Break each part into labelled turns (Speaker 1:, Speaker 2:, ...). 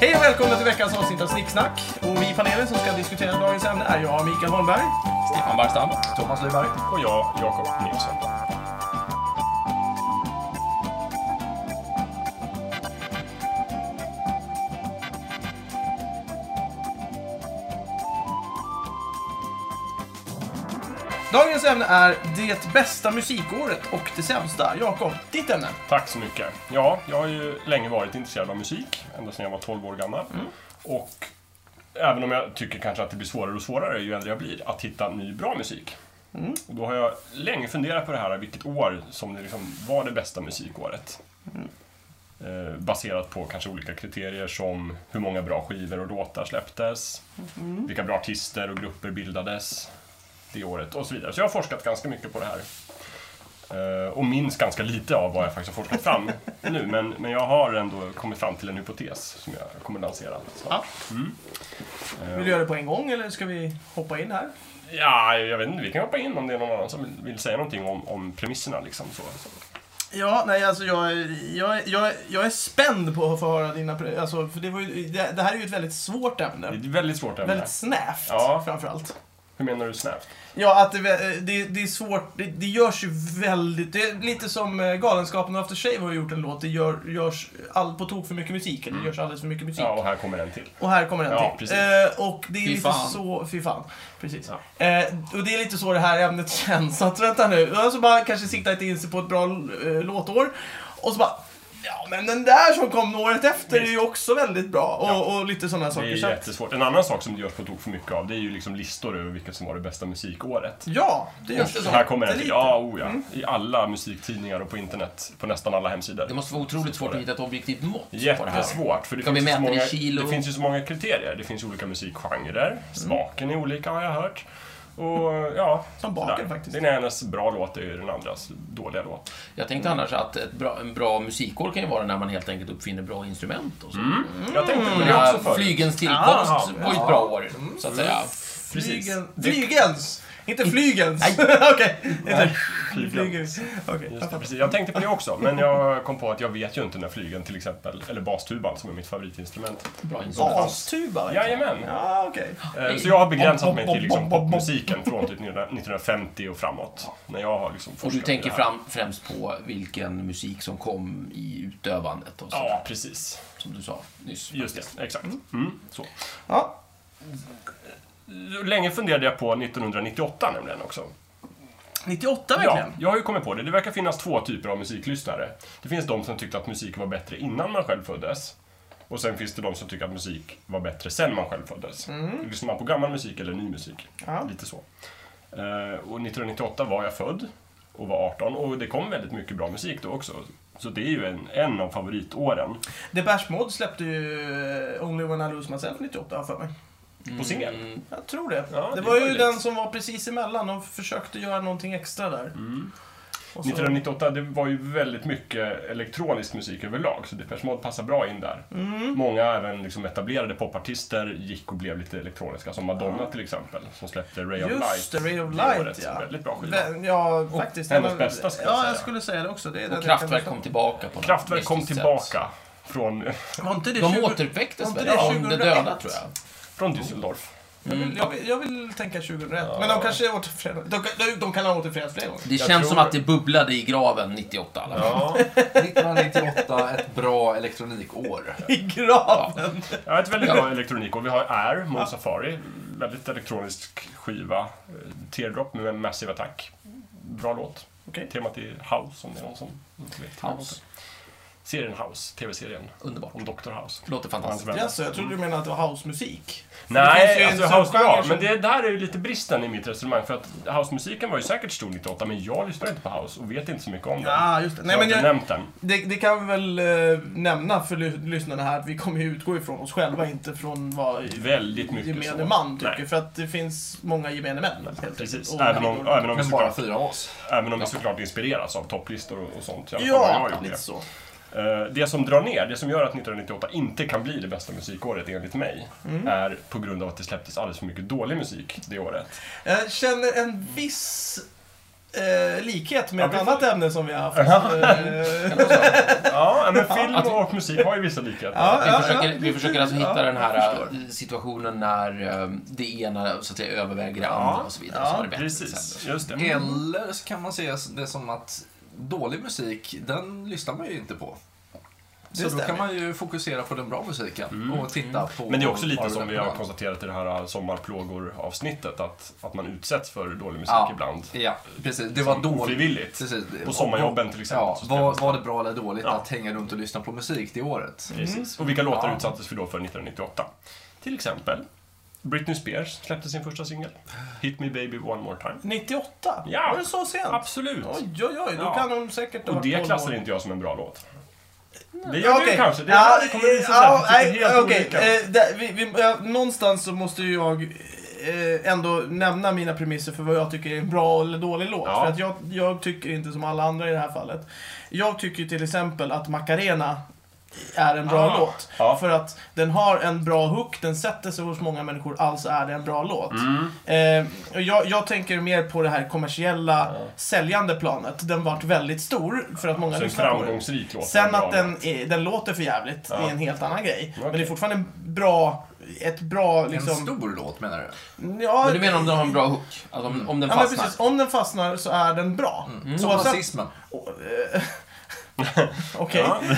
Speaker 1: Hej och välkomna till veckans avsnitt av Snicksnack. Och vi i panelen som ska diskutera dagens ämne är jag, Mikael Holmberg.
Speaker 2: Stefan Barstam.
Speaker 3: Thomas Lyberg.
Speaker 4: Och jag, Jakob Nilsson.
Speaker 1: Dagens ämne är det bästa musikåret och det sämsta. Jakob, ditt ämne?
Speaker 4: Tack så mycket. Ja, jag har ju länge varit intresserad av musik, ända sedan jag var 12 år gammal. Och även om jag tycker kanske att det blir svårare och svårare ju äldre jag blir, att hitta ny bra musik. Och då har jag länge funderat på det här, vilket år som det liksom var det bästa musikåret. Eh, baserat på kanske olika kriterier som hur många bra skivor och låtar släpptes, vilka bra artister och grupper bildades det året och så vidare. Så jag har forskat ganska mycket på det här. Eh, Och minns ganska lite av vad jag faktiskt har forskat fram nu, men, men jag har ändå kommit fram till en hypotes som jag kommer lansera. Så.
Speaker 1: Ja. Mm. Vill du göra det på en gång eller ska vi hoppa in här?
Speaker 4: Ja, jag vet inte, vi kan hoppa in om det är någon annan som vill, vill säga någonting om, om premisserna. Liksom, så. Så.
Speaker 1: Ja, nej alltså jag, är- jag, är- jag, är- jag är spänd på att få höra dina... pre- Alltså, för det, var ju, det, det här är ju ett väldigt svårt
Speaker 4: Det är
Speaker 1: ämne.
Speaker 4: ett väldigt svårt ämne.
Speaker 1: Väldigt snävt,
Speaker 4: Ja.
Speaker 1: framförallt.
Speaker 4: Hur menar du snävt?
Speaker 1: Ja, att det, vä- eh, det, det är svårt. Det, det görs ju väldigt... Det är lite som eh, Galenskapen och After Shave har gjort en låt. Det gör, görs all, på tok för mycket musik. Eller det görs alldeles för mycket musik.
Speaker 4: Mm. Ja, och här kommer en till.
Speaker 1: Och här kommer den
Speaker 4: Ja,
Speaker 1: till.
Speaker 4: precis.
Speaker 1: Eh, och det är
Speaker 2: Fy
Speaker 1: lite
Speaker 2: fan.
Speaker 1: så... Fy fan. Precis. Eh, och det är lite så det här ämnet känns. Så att vänta nu. Alltså bara kanske sikta lite in sig på ett bra eh, låtår. Och så bara... Ja, men den där som kom året efter är ju också väldigt bra. Och,
Speaker 4: Ja.
Speaker 1: och lite sådana
Speaker 4: Det
Speaker 1: saker. Så
Speaker 4: är
Speaker 1: att-
Speaker 4: jättesvårt. En annan sak som det görs på tok för mycket av, det är ju liksom listor över vilket som var det bästa musikåret.
Speaker 1: Ja, det görs det.
Speaker 4: Så här kommer en till. Ja, oh ja. I alla musiktidningar och på internet, på nästan alla hemsidor.
Speaker 2: Det måste vara otroligt svårt att hitta ett objektivt mått på det här.
Speaker 4: Jättesvårt, för det
Speaker 2: Kan
Speaker 4: finns,
Speaker 2: vi
Speaker 4: ju så
Speaker 2: mäta det i
Speaker 4: många,
Speaker 2: kilo?
Speaker 4: det finns ju så många kriterier. Det finns olika musikgenrer, smaken är olika har jag hört. Och ja,
Speaker 1: Som baken
Speaker 4: sådär.
Speaker 1: faktiskt.
Speaker 4: Den enes bra låt är ju den andras dåliga låt.
Speaker 2: Jag tänkte annars att ett bra, en bra musikkår kan ju vara när man helt enkelt uppfinner bra instrument och så.
Speaker 4: Jag tänkte på
Speaker 2: Ja,
Speaker 4: Mm, det också förut.
Speaker 2: Flygens tillkomst
Speaker 1: Aha,
Speaker 2: var ju ett bra år,
Speaker 4: Mm.
Speaker 2: så att säga.
Speaker 4: Precis.
Speaker 1: Flygen,
Speaker 4: Det-
Speaker 1: flygens! Inte flygens!
Speaker 2: Nej.
Speaker 1: Okej. Inte
Speaker 4: flygens.
Speaker 1: flygens. Okej.
Speaker 4: Just det, precis. Jag tänkte på det också, men jag kom på att jag vet ju inte när flygen till exempel, eller bastuban som är mitt favoritinstrument.
Speaker 2: Bra instrument.
Speaker 1: Bastuba? verkligen.
Speaker 4: Jajamän!
Speaker 1: Ja, okej.
Speaker 4: Eh, Så jag har begränsat
Speaker 2: Bom, bom,
Speaker 4: mig
Speaker 2: bom,
Speaker 4: till liksom
Speaker 2: bom, bom, bom.
Speaker 4: popmusiken från typ 1950 och framåt. När jag har liksom
Speaker 2: Och
Speaker 4: forskat
Speaker 2: du
Speaker 4: i
Speaker 2: tänker
Speaker 4: det här.
Speaker 2: fram, främst på vilken musik som kom i utövandet och så,
Speaker 4: Ja, precis.
Speaker 2: som du sa nyss.
Speaker 4: Just det, exakt. Mm, så.
Speaker 1: Ja.
Speaker 4: Länge funderade jag på 1998 nämligen också.
Speaker 1: 98
Speaker 4: Ja,
Speaker 1: verkligen?
Speaker 4: jag har ju kommit på det. Det verkar finnas två typer av musiklyssnare. Det finns de som tyckte att musik var bättre innan man själv föddes. Och sen finns det de som tycker att musik var bättre sen man själv föddes. Lyssnar man på gammal musik eller ny musik?
Speaker 1: Mm. Ja.
Speaker 4: Lite så. Eh, och 1998 var jag född och var 18 och det kom väldigt mycket bra musik då också. Så det är ju en, en av favoritåren
Speaker 1: Depeche Mode släppte ju eh, Only When I Lose Myself 98 har jag för mig.
Speaker 4: på singel.
Speaker 1: Jag tror det.
Speaker 4: Ja,
Speaker 1: det,
Speaker 4: det
Speaker 1: var
Speaker 4: är
Speaker 1: ju
Speaker 4: möjligt.
Speaker 1: den som var precis emellan. De försökte göra någonting extra där.
Speaker 4: Mm.
Speaker 1: Och så-
Speaker 4: 1998, det var ju väldigt mycket elektronisk musik överlag, så Depeche Mode passar bra in där.
Speaker 1: Mm.
Speaker 4: Många även liksom etablerade popartister gick och blev lite elektroniska, som Madonna till exempel, som släppte Ray of Light.
Speaker 1: Just det, Ray of
Speaker 4: det
Speaker 1: Light
Speaker 4: året.
Speaker 1: ja.
Speaker 4: Väldigt bra skiva.
Speaker 1: Vä- Ja, faktiskt.
Speaker 4: hennes
Speaker 1: Den var-
Speaker 4: bästa, ska jag
Speaker 1: Ja, jag
Speaker 4: säga.
Speaker 1: skulle säga det också. Det är den
Speaker 2: Och
Speaker 1: jag
Speaker 2: Kraftwerk
Speaker 1: kan-
Speaker 2: kom tillbaka på något
Speaker 4: Kraftwerk kom
Speaker 2: mystiskt
Speaker 4: tillbaka från,
Speaker 1: Var inte det
Speaker 2: Sätt.
Speaker 1: 20
Speaker 2: De återuppväcktes
Speaker 1: Var
Speaker 2: väl
Speaker 1: inte det
Speaker 2: från de
Speaker 1: 2001?
Speaker 2: döda, tror jag.
Speaker 4: från Düsseldorf.
Speaker 1: Jag
Speaker 4: Mm.
Speaker 1: vill, jag vill, jag vill tänka 2001, men de kanske är återförenade. De, de, de kan ha återförenats fler gånger.
Speaker 2: Det
Speaker 4: Jag
Speaker 2: känns
Speaker 4: tror-
Speaker 2: som att det bubblade i graven 98 i alla fall.
Speaker 4: Ja.
Speaker 3: 1998, ett bra elektronikår.
Speaker 1: I graven!
Speaker 4: ja, ett väldigt bra elektronik. Och vi har Air, Moon Safari, väldigt elektronisk skiva. Eh, Teardrop med Massive Attack. Bra låt.
Speaker 1: Okej.
Speaker 4: Temat är House, om det är någon som inte vet.
Speaker 2: House.
Speaker 4: Serien House, tv-serien.
Speaker 2: Underbart.
Speaker 4: Om Dr. House.
Speaker 2: Låter fantastiskt.
Speaker 4: Hans vän.
Speaker 1: Jaså, jag trodde du menade att det var housemusik. Det finns ju
Speaker 4: Nej,
Speaker 1: en
Speaker 4: alltså
Speaker 1: sån
Speaker 4: house ja,
Speaker 1: genre
Speaker 4: men
Speaker 1: som-
Speaker 4: det där är ju lite bristen i mitt resonemang. För att housemusiken var ju säkert stor 98, men jag lyssnar inte på house och vet inte så mycket om den.
Speaker 1: Ja, just det.
Speaker 4: Nej,
Speaker 1: Nej,
Speaker 4: jag har
Speaker 1: men
Speaker 4: inte
Speaker 1: jag,
Speaker 4: nämnt den.
Speaker 1: det, det kan vi väl eh, nämna för ly- lyssnarna här att vi kommer ju utgå ifrån oss själva, inte från vad
Speaker 4: Väldigt mycket
Speaker 1: gemene
Speaker 4: så.
Speaker 1: man tycker.
Speaker 4: Nej.
Speaker 1: För att det finns många gemene män. helt enkelt.
Speaker 4: Precis,
Speaker 1: Och
Speaker 4: även om,
Speaker 1: kvinnor.
Speaker 4: även om vi
Speaker 3: Men bara
Speaker 4: såklart,
Speaker 3: fyra av oss.
Speaker 4: även om vi såklart inspireras av topplistor och, och sånt. i alla fall vad jag har
Speaker 1: Ja,
Speaker 4: gjort
Speaker 1: lite
Speaker 4: det.
Speaker 1: så.
Speaker 4: Eh, Det som drar ner, det som gör att 1998 inte kan bli det bästa musikåret enligt mig,
Speaker 1: Mm.
Speaker 4: är på grund av att det släpptes alldeles för mycket dålig musik det året.
Speaker 1: Jag känner en viss eh, likhet med
Speaker 4: Ja,
Speaker 1: ett
Speaker 4: vi får-
Speaker 1: annat ämne som vi har haft. Eh,
Speaker 4: Ja, men film och musik har ju vissa likheter.
Speaker 1: Ja,
Speaker 2: Vi
Speaker 1: ja.
Speaker 2: försöker, vi försöker alltså hitta
Speaker 1: Ja,
Speaker 2: den
Speaker 1: jag
Speaker 2: här
Speaker 1: förstår.
Speaker 2: eh, situationen när eh, det ena så att säga överväger det andra
Speaker 4: Ja,
Speaker 2: och så vidare.
Speaker 1: ja,
Speaker 2: så är det bättre, så
Speaker 4: Precis,
Speaker 2: här.
Speaker 4: just det.
Speaker 3: Eller så kan man se det som att dålig musik, den lyssnar man ju inte på. Så då
Speaker 1: stämmer.
Speaker 3: kan man ju fokusera på den bra musiken och titta på...
Speaker 4: Men det är också lite
Speaker 3: vad
Speaker 4: som
Speaker 3: den
Speaker 4: vi har
Speaker 3: kan.
Speaker 4: konstaterat i det här äh, sommarplågor-avsnittet, att, att man utsätts för dålig musik
Speaker 3: Ja.
Speaker 4: ibland.
Speaker 3: Ja, precis. Det var dåligt.
Speaker 4: Ofrivilligt.
Speaker 3: Precis.
Speaker 4: På sommarjobben till exempel.
Speaker 3: Ja,
Speaker 4: så spelar
Speaker 3: var,
Speaker 4: man-
Speaker 3: var det bra eller dåligt
Speaker 4: Ja.
Speaker 3: att hänga runt och lyssna på musik det året?
Speaker 4: Precis. Och vilka låtar
Speaker 3: Ja.
Speaker 4: utsattes vi då för 1998? Till exempel Britney Spears släppte sin första singel, Hit Me Baby One More Time.
Speaker 1: 98?
Speaker 4: Ja.
Speaker 1: Var det så sent?
Speaker 4: Absolut!
Speaker 1: Oj, oj, oj. Då
Speaker 4: Ja.
Speaker 1: kan de säkert ha
Speaker 4: Och
Speaker 1: varit
Speaker 4: det
Speaker 1: tolv
Speaker 4: klassar
Speaker 1: år.
Speaker 4: inte jag som en bra låt. Det
Speaker 1: Ja,
Speaker 4: gör
Speaker 1: okej.
Speaker 4: du kanske. Det,
Speaker 1: Ja, eh,
Speaker 4: det kommer visa sig
Speaker 1: ja,
Speaker 4: att vi
Speaker 1: nej,
Speaker 4: tycker helt
Speaker 1: okej.
Speaker 4: olika.
Speaker 1: Eh, där- vi- vi- ja, Någonstans så måste ju jag eh, ändå nämna mina premisser för vad jag tycker är en bra eller dålig låt.
Speaker 4: Ja.
Speaker 1: För att jag, jag tycker inte som alla andra i det här fallet. Jag tycker ju till exempel att Macarena är en bra
Speaker 4: Ah.
Speaker 1: låt.
Speaker 4: Ja.
Speaker 1: För att den har en bra hook, den sätter sig hos många människor, alltså är det en bra låt.
Speaker 4: Mm.
Speaker 1: Eh, och jag, jag tänker mer på det här kommersiella, säljande planet. Den vart väldigt stor för att många
Speaker 4: Så en
Speaker 1: lyssnar på den.
Speaker 4: framgångsrik låt.
Speaker 1: Sen
Speaker 4: en bra
Speaker 1: att den, är, den låter för jävligt
Speaker 4: Ja.
Speaker 1: är en helt annan grej. Men det är
Speaker 4: Okej.
Speaker 1: fortfarande en bra, ett bra
Speaker 3: En
Speaker 1: liksom...
Speaker 3: stor låt menar du?
Speaker 1: Ja,
Speaker 2: Men du menar om den har en bra hook? Alltså om, om den
Speaker 1: ja, men
Speaker 2: fastnar?
Speaker 1: precis. Om den fastnar så är den bra. Mm.
Speaker 3: Som nazismen.
Speaker 1: Okej.
Speaker 4: Ja, Mm.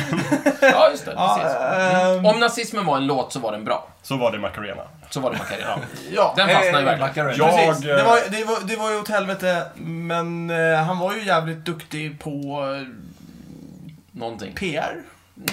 Speaker 2: Ja, just det.
Speaker 1: Ja,
Speaker 2: Precis.
Speaker 1: ehm,
Speaker 2: Om nazismen var en låt så var den bra.
Speaker 4: Så var det Macarena.
Speaker 2: Så var det Macarena.
Speaker 1: Ja,
Speaker 2: Den fastnar ju
Speaker 3: Eh,
Speaker 2: verkligen.
Speaker 3: Macarena.
Speaker 4: Ja.
Speaker 1: precis.
Speaker 4: jag, eh,
Speaker 1: Det, var, det, var, det var ju åt helvete, men eh, han var ju jävligt duktig på eh,
Speaker 2: Någonting.
Speaker 1: PR.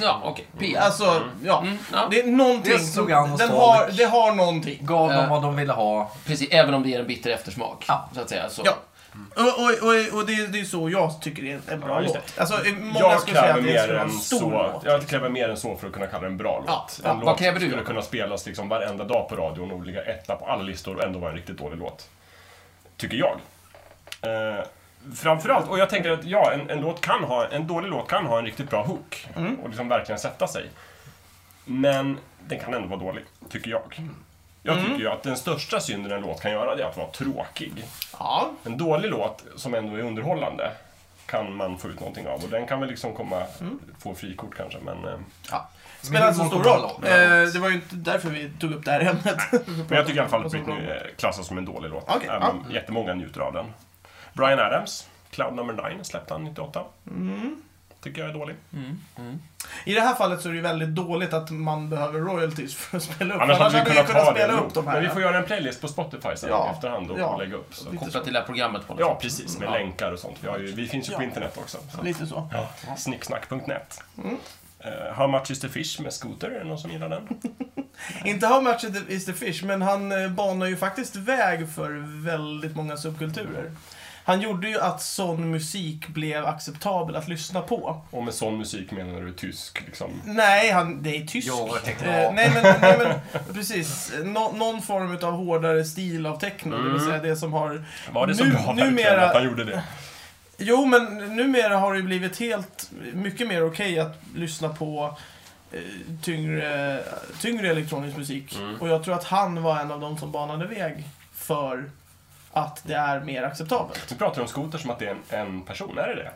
Speaker 2: Ja, okej. PR.
Speaker 1: Alltså, ja.
Speaker 2: Mm, ja.
Speaker 1: Det är någonting
Speaker 3: Det
Speaker 1: som...
Speaker 3: slog an och
Speaker 1: Den
Speaker 3: stal.
Speaker 1: har, det har någonting.
Speaker 3: Gav dem
Speaker 2: Eh.
Speaker 3: vad de ville ha.
Speaker 2: Precis, även om det ger en bitter eftersmak.
Speaker 3: Ja.
Speaker 2: Så att säga. Så.
Speaker 1: Ja. Mm. Och, och, och, och det, det är så jag tycker det är en bra
Speaker 4: Ja, just det.
Speaker 1: låt. Alltså, många
Speaker 4: Jag
Speaker 1: skulle säga
Speaker 4: kräver,
Speaker 1: att det
Speaker 4: mer
Speaker 1: skulle vara
Speaker 4: än
Speaker 1: en stor
Speaker 4: så,
Speaker 1: låt.
Speaker 4: jag kräver mer än så för att kunna kalla det en bra
Speaker 1: Ja,
Speaker 4: låt.
Speaker 1: ja.
Speaker 4: En låt
Speaker 2: Vad kräver du,
Speaker 4: skulle
Speaker 2: Jakob?
Speaker 4: kunna spelas liksom varenda dag på radion och ligga etta på alla listor och ändå vara en riktigt dålig låt. Tycker jag. Eh, framförallt, och jag tänker att ja, en, en, låt kan ha, en dålig låt kan ha en riktigt bra hook
Speaker 1: Mm.
Speaker 4: och liksom verkligen sätta sig. Men den kan ändå vara dålig, tycker jag. Jag
Speaker 1: Mm.
Speaker 4: tycker ju att den största synden en låt kan göra det är att vara tråkig.
Speaker 1: Ja.
Speaker 4: En dålig låt som ändå är underhållande kan man få ut någonting av och den kan väl liksom komma,
Speaker 1: Mm.
Speaker 4: få frikort kanske men... eh,
Speaker 1: ja. Spelar inte så stor
Speaker 3: Minimal
Speaker 1: roll.
Speaker 3: kontroll.
Speaker 1: Eh, det var ju inte därför vi tog upp det här ämnet.
Speaker 4: Men jag tycker i alla fall att
Speaker 1: Vad som
Speaker 4: Britney
Speaker 1: bra.
Speaker 4: eh, klassas som en dålig låt.
Speaker 1: Okej,
Speaker 4: även
Speaker 1: ja.
Speaker 4: om jättemånga njuter av den. Brian Adams, Cloud Number 9, släppte han 98.
Speaker 1: Mm.
Speaker 4: Tycker jag är dålig.
Speaker 1: I det här fallet så är det ju väldigt dåligt att man behöver royalties för att spela upp.
Speaker 4: Annars hade vi kunnat ta det
Speaker 1: spela
Speaker 4: ändå.
Speaker 1: upp de här.
Speaker 4: Men vi får göra en playlist på Spotify sen
Speaker 1: Ja.
Speaker 4: i efterhand och
Speaker 1: Ja.
Speaker 4: lägga upp. Så.
Speaker 1: Lite
Speaker 2: Kopplat till det här programmet. på något
Speaker 4: Ja,
Speaker 2: sätt.
Speaker 4: precis. Med
Speaker 2: Ja.
Speaker 4: länkar och sånt. Vi, har ju, vi finns ju på
Speaker 1: Ja.
Speaker 4: internet också. Så.
Speaker 1: Lite Mm. så.
Speaker 4: Ja. Snicksnack.net. Eh, How much is the fish med Scooter? Är det någon som gillar den?
Speaker 1: Inte How much it is the fish, men han eh, banar ju faktiskt väg för väldigt många subkulturer. Han gjorde ju att sån musik blev acceptabel att lyssna på.
Speaker 4: Och med sån musik menar du tysk liksom?
Speaker 1: Nej, han, det är tysk.
Speaker 3: Ja, jag tänkte,
Speaker 1: Eh,
Speaker 3: ja.
Speaker 1: nej, men, nej men precis. Nå, någon form av hårdare stil av techno. Det
Speaker 4: Mm.
Speaker 1: vill säga det som har...
Speaker 4: Var det så
Speaker 1: Nu-
Speaker 4: bra verkligen
Speaker 1: numera-
Speaker 4: att han gjorde det?
Speaker 1: Jo, men numera har det ju blivit helt mycket mer okej att lyssna på eh, tyngre, tyngre elektronisk musik.
Speaker 4: Mm.
Speaker 1: Och jag tror att han var en av de som banade väg för att det är mer acceptabelt.
Speaker 4: Du pratar om Scooter som att det är en, en person, är det det?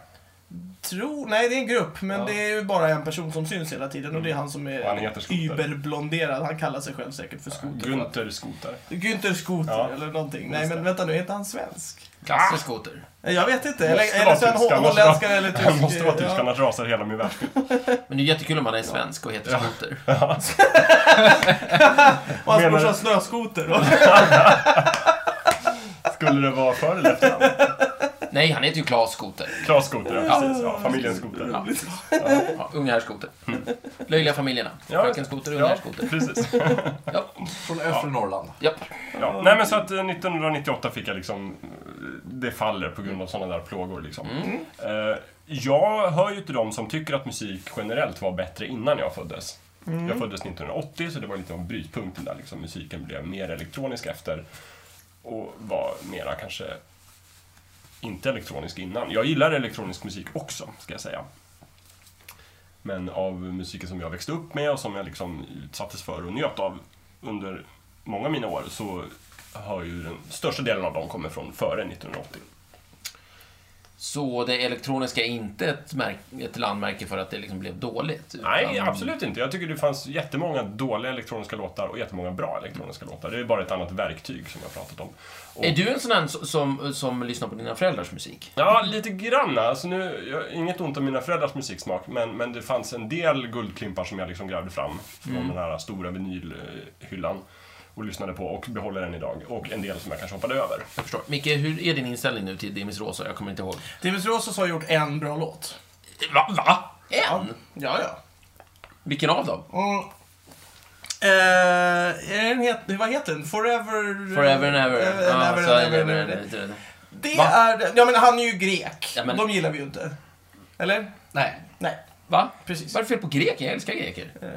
Speaker 1: Tror, nej, det är en grupp, men
Speaker 4: Ja. Mm.
Speaker 1: det är ju bara en person som syns hela tiden och det är han som
Speaker 4: Och han
Speaker 1: är
Speaker 4: heter Scooter.
Speaker 1: überblonderad. Han kallar sig själv säkert för Scooter.
Speaker 4: Gunther Scooter.
Speaker 1: Günther Scooter
Speaker 4: Ja.
Speaker 1: eller någonting. Nej,
Speaker 4: Just
Speaker 1: men
Speaker 4: det.
Speaker 1: vänta nu, är inte han svensk?
Speaker 2: Klassisk skoter.
Speaker 1: Nej, Jag vet inte.
Speaker 4: Måste
Speaker 1: Eller, eller
Speaker 4: vara
Speaker 1: så är
Speaker 4: tysk,
Speaker 1: han
Speaker 4: annars-
Speaker 1: holländskare eller tysk.
Speaker 4: Han måste vara tysk,
Speaker 1: Ja.
Speaker 4: annars rasar hela min världsbild.
Speaker 2: Men det är jättekul om man är svensk och heter skoter.
Speaker 1: Och hans
Speaker 4: Menar
Speaker 1: brorsa
Speaker 4: du-
Speaker 1: har snöskoter.
Speaker 4: Skulle det vara före eller efternamn?
Speaker 2: Nej, han heter ju Klas Skoter.
Speaker 4: Klas Scooter, ja, precis. Ja, familjen Scooter. Ja,
Speaker 2: Ja, Ungherrskoter. Mm. Löjliga familjerna.
Speaker 4: Ja.
Speaker 2: Frökenskoter och
Speaker 4: ja
Speaker 2: Ungherrskoter.
Speaker 4: precis.
Speaker 2: Ja.
Speaker 3: Från östra Norrland.
Speaker 2: Japp.
Speaker 4: Ja. Nej, men så att eh, 1998 fick jag liksom... eh, Det faller på grund av sådana där plågor liksom. Eh, Jag hör ju till de som tycker att musik generellt var bättre innan jag föddes. Jag föddes 1980, så det var lite av brytpunkten där liksom. Musiken blev mer elektronisk efter och var mera kanske inte elektronisk innan. Jag gillar elektronisk musik också, ska jag säga. Men av musiken som jag växte upp med och som jag liksom utsattes för och njöt av under många av mina år så har ju den största delen av dem kommit från före 1980.
Speaker 2: Så det elektroniska är inte ett, märk- ett landmärke för att det liksom blev dåligt? utan-
Speaker 4: Nej, absolut inte. Jag tycker det fanns jättemånga dåliga elektroniska låtar och jättemånga bra elektroniska låtar. Det är bara ett annat verktyg som jag har pratat om. Och,
Speaker 2: Är du en sån här som, som, som lyssnar på dina föräldrars musik?
Speaker 4: ja, lite grann. Alltså nu, jag, inget ont om mina föräldrars musiksmak, men, men det fanns en del guldklimpar som jag liksom grävde fram från den här stora vinylhyllan och lyssnade på och behåller den idag. Och en del som jag kanske hoppade över.
Speaker 2: Jag förstår. Micke, hur är din inställning nu till Dimis Rosa? Jag kommer inte ihåg.
Speaker 1: Timus Rosos har gjort en bra låt.
Speaker 2: Va? Va? En?
Speaker 1: Ja, ja.
Speaker 2: Vilken av dem?
Speaker 1: Mm. Eh, är den het, vad heter den? Forever...
Speaker 2: Forever and ever.
Speaker 1: Eh,
Speaker 2: Ja,
Speaker 1: and ever,
Speaker 2: så
Speaker 1: and
Speaker 2: är
Speaker 1: ever,
Speaker 2: det,
Speaker 1: and ever.
Speaker 2: det, det, det.
Speaker 1: Det
Speaker 2: Va?
Speaker 1: är den. Ja, men han är ju grek.
Speaker 2: Ja, men-
Speaker 1: De gillar vi ju inte. Eller?
Speaker 3: Nej.
Speaker 1: Nej.
Speaker 2: Va?
Speaker 1: Precis.
Speaker 2: Vad är det fel på greker? Jag älskar greker.
Speaker 3: Jag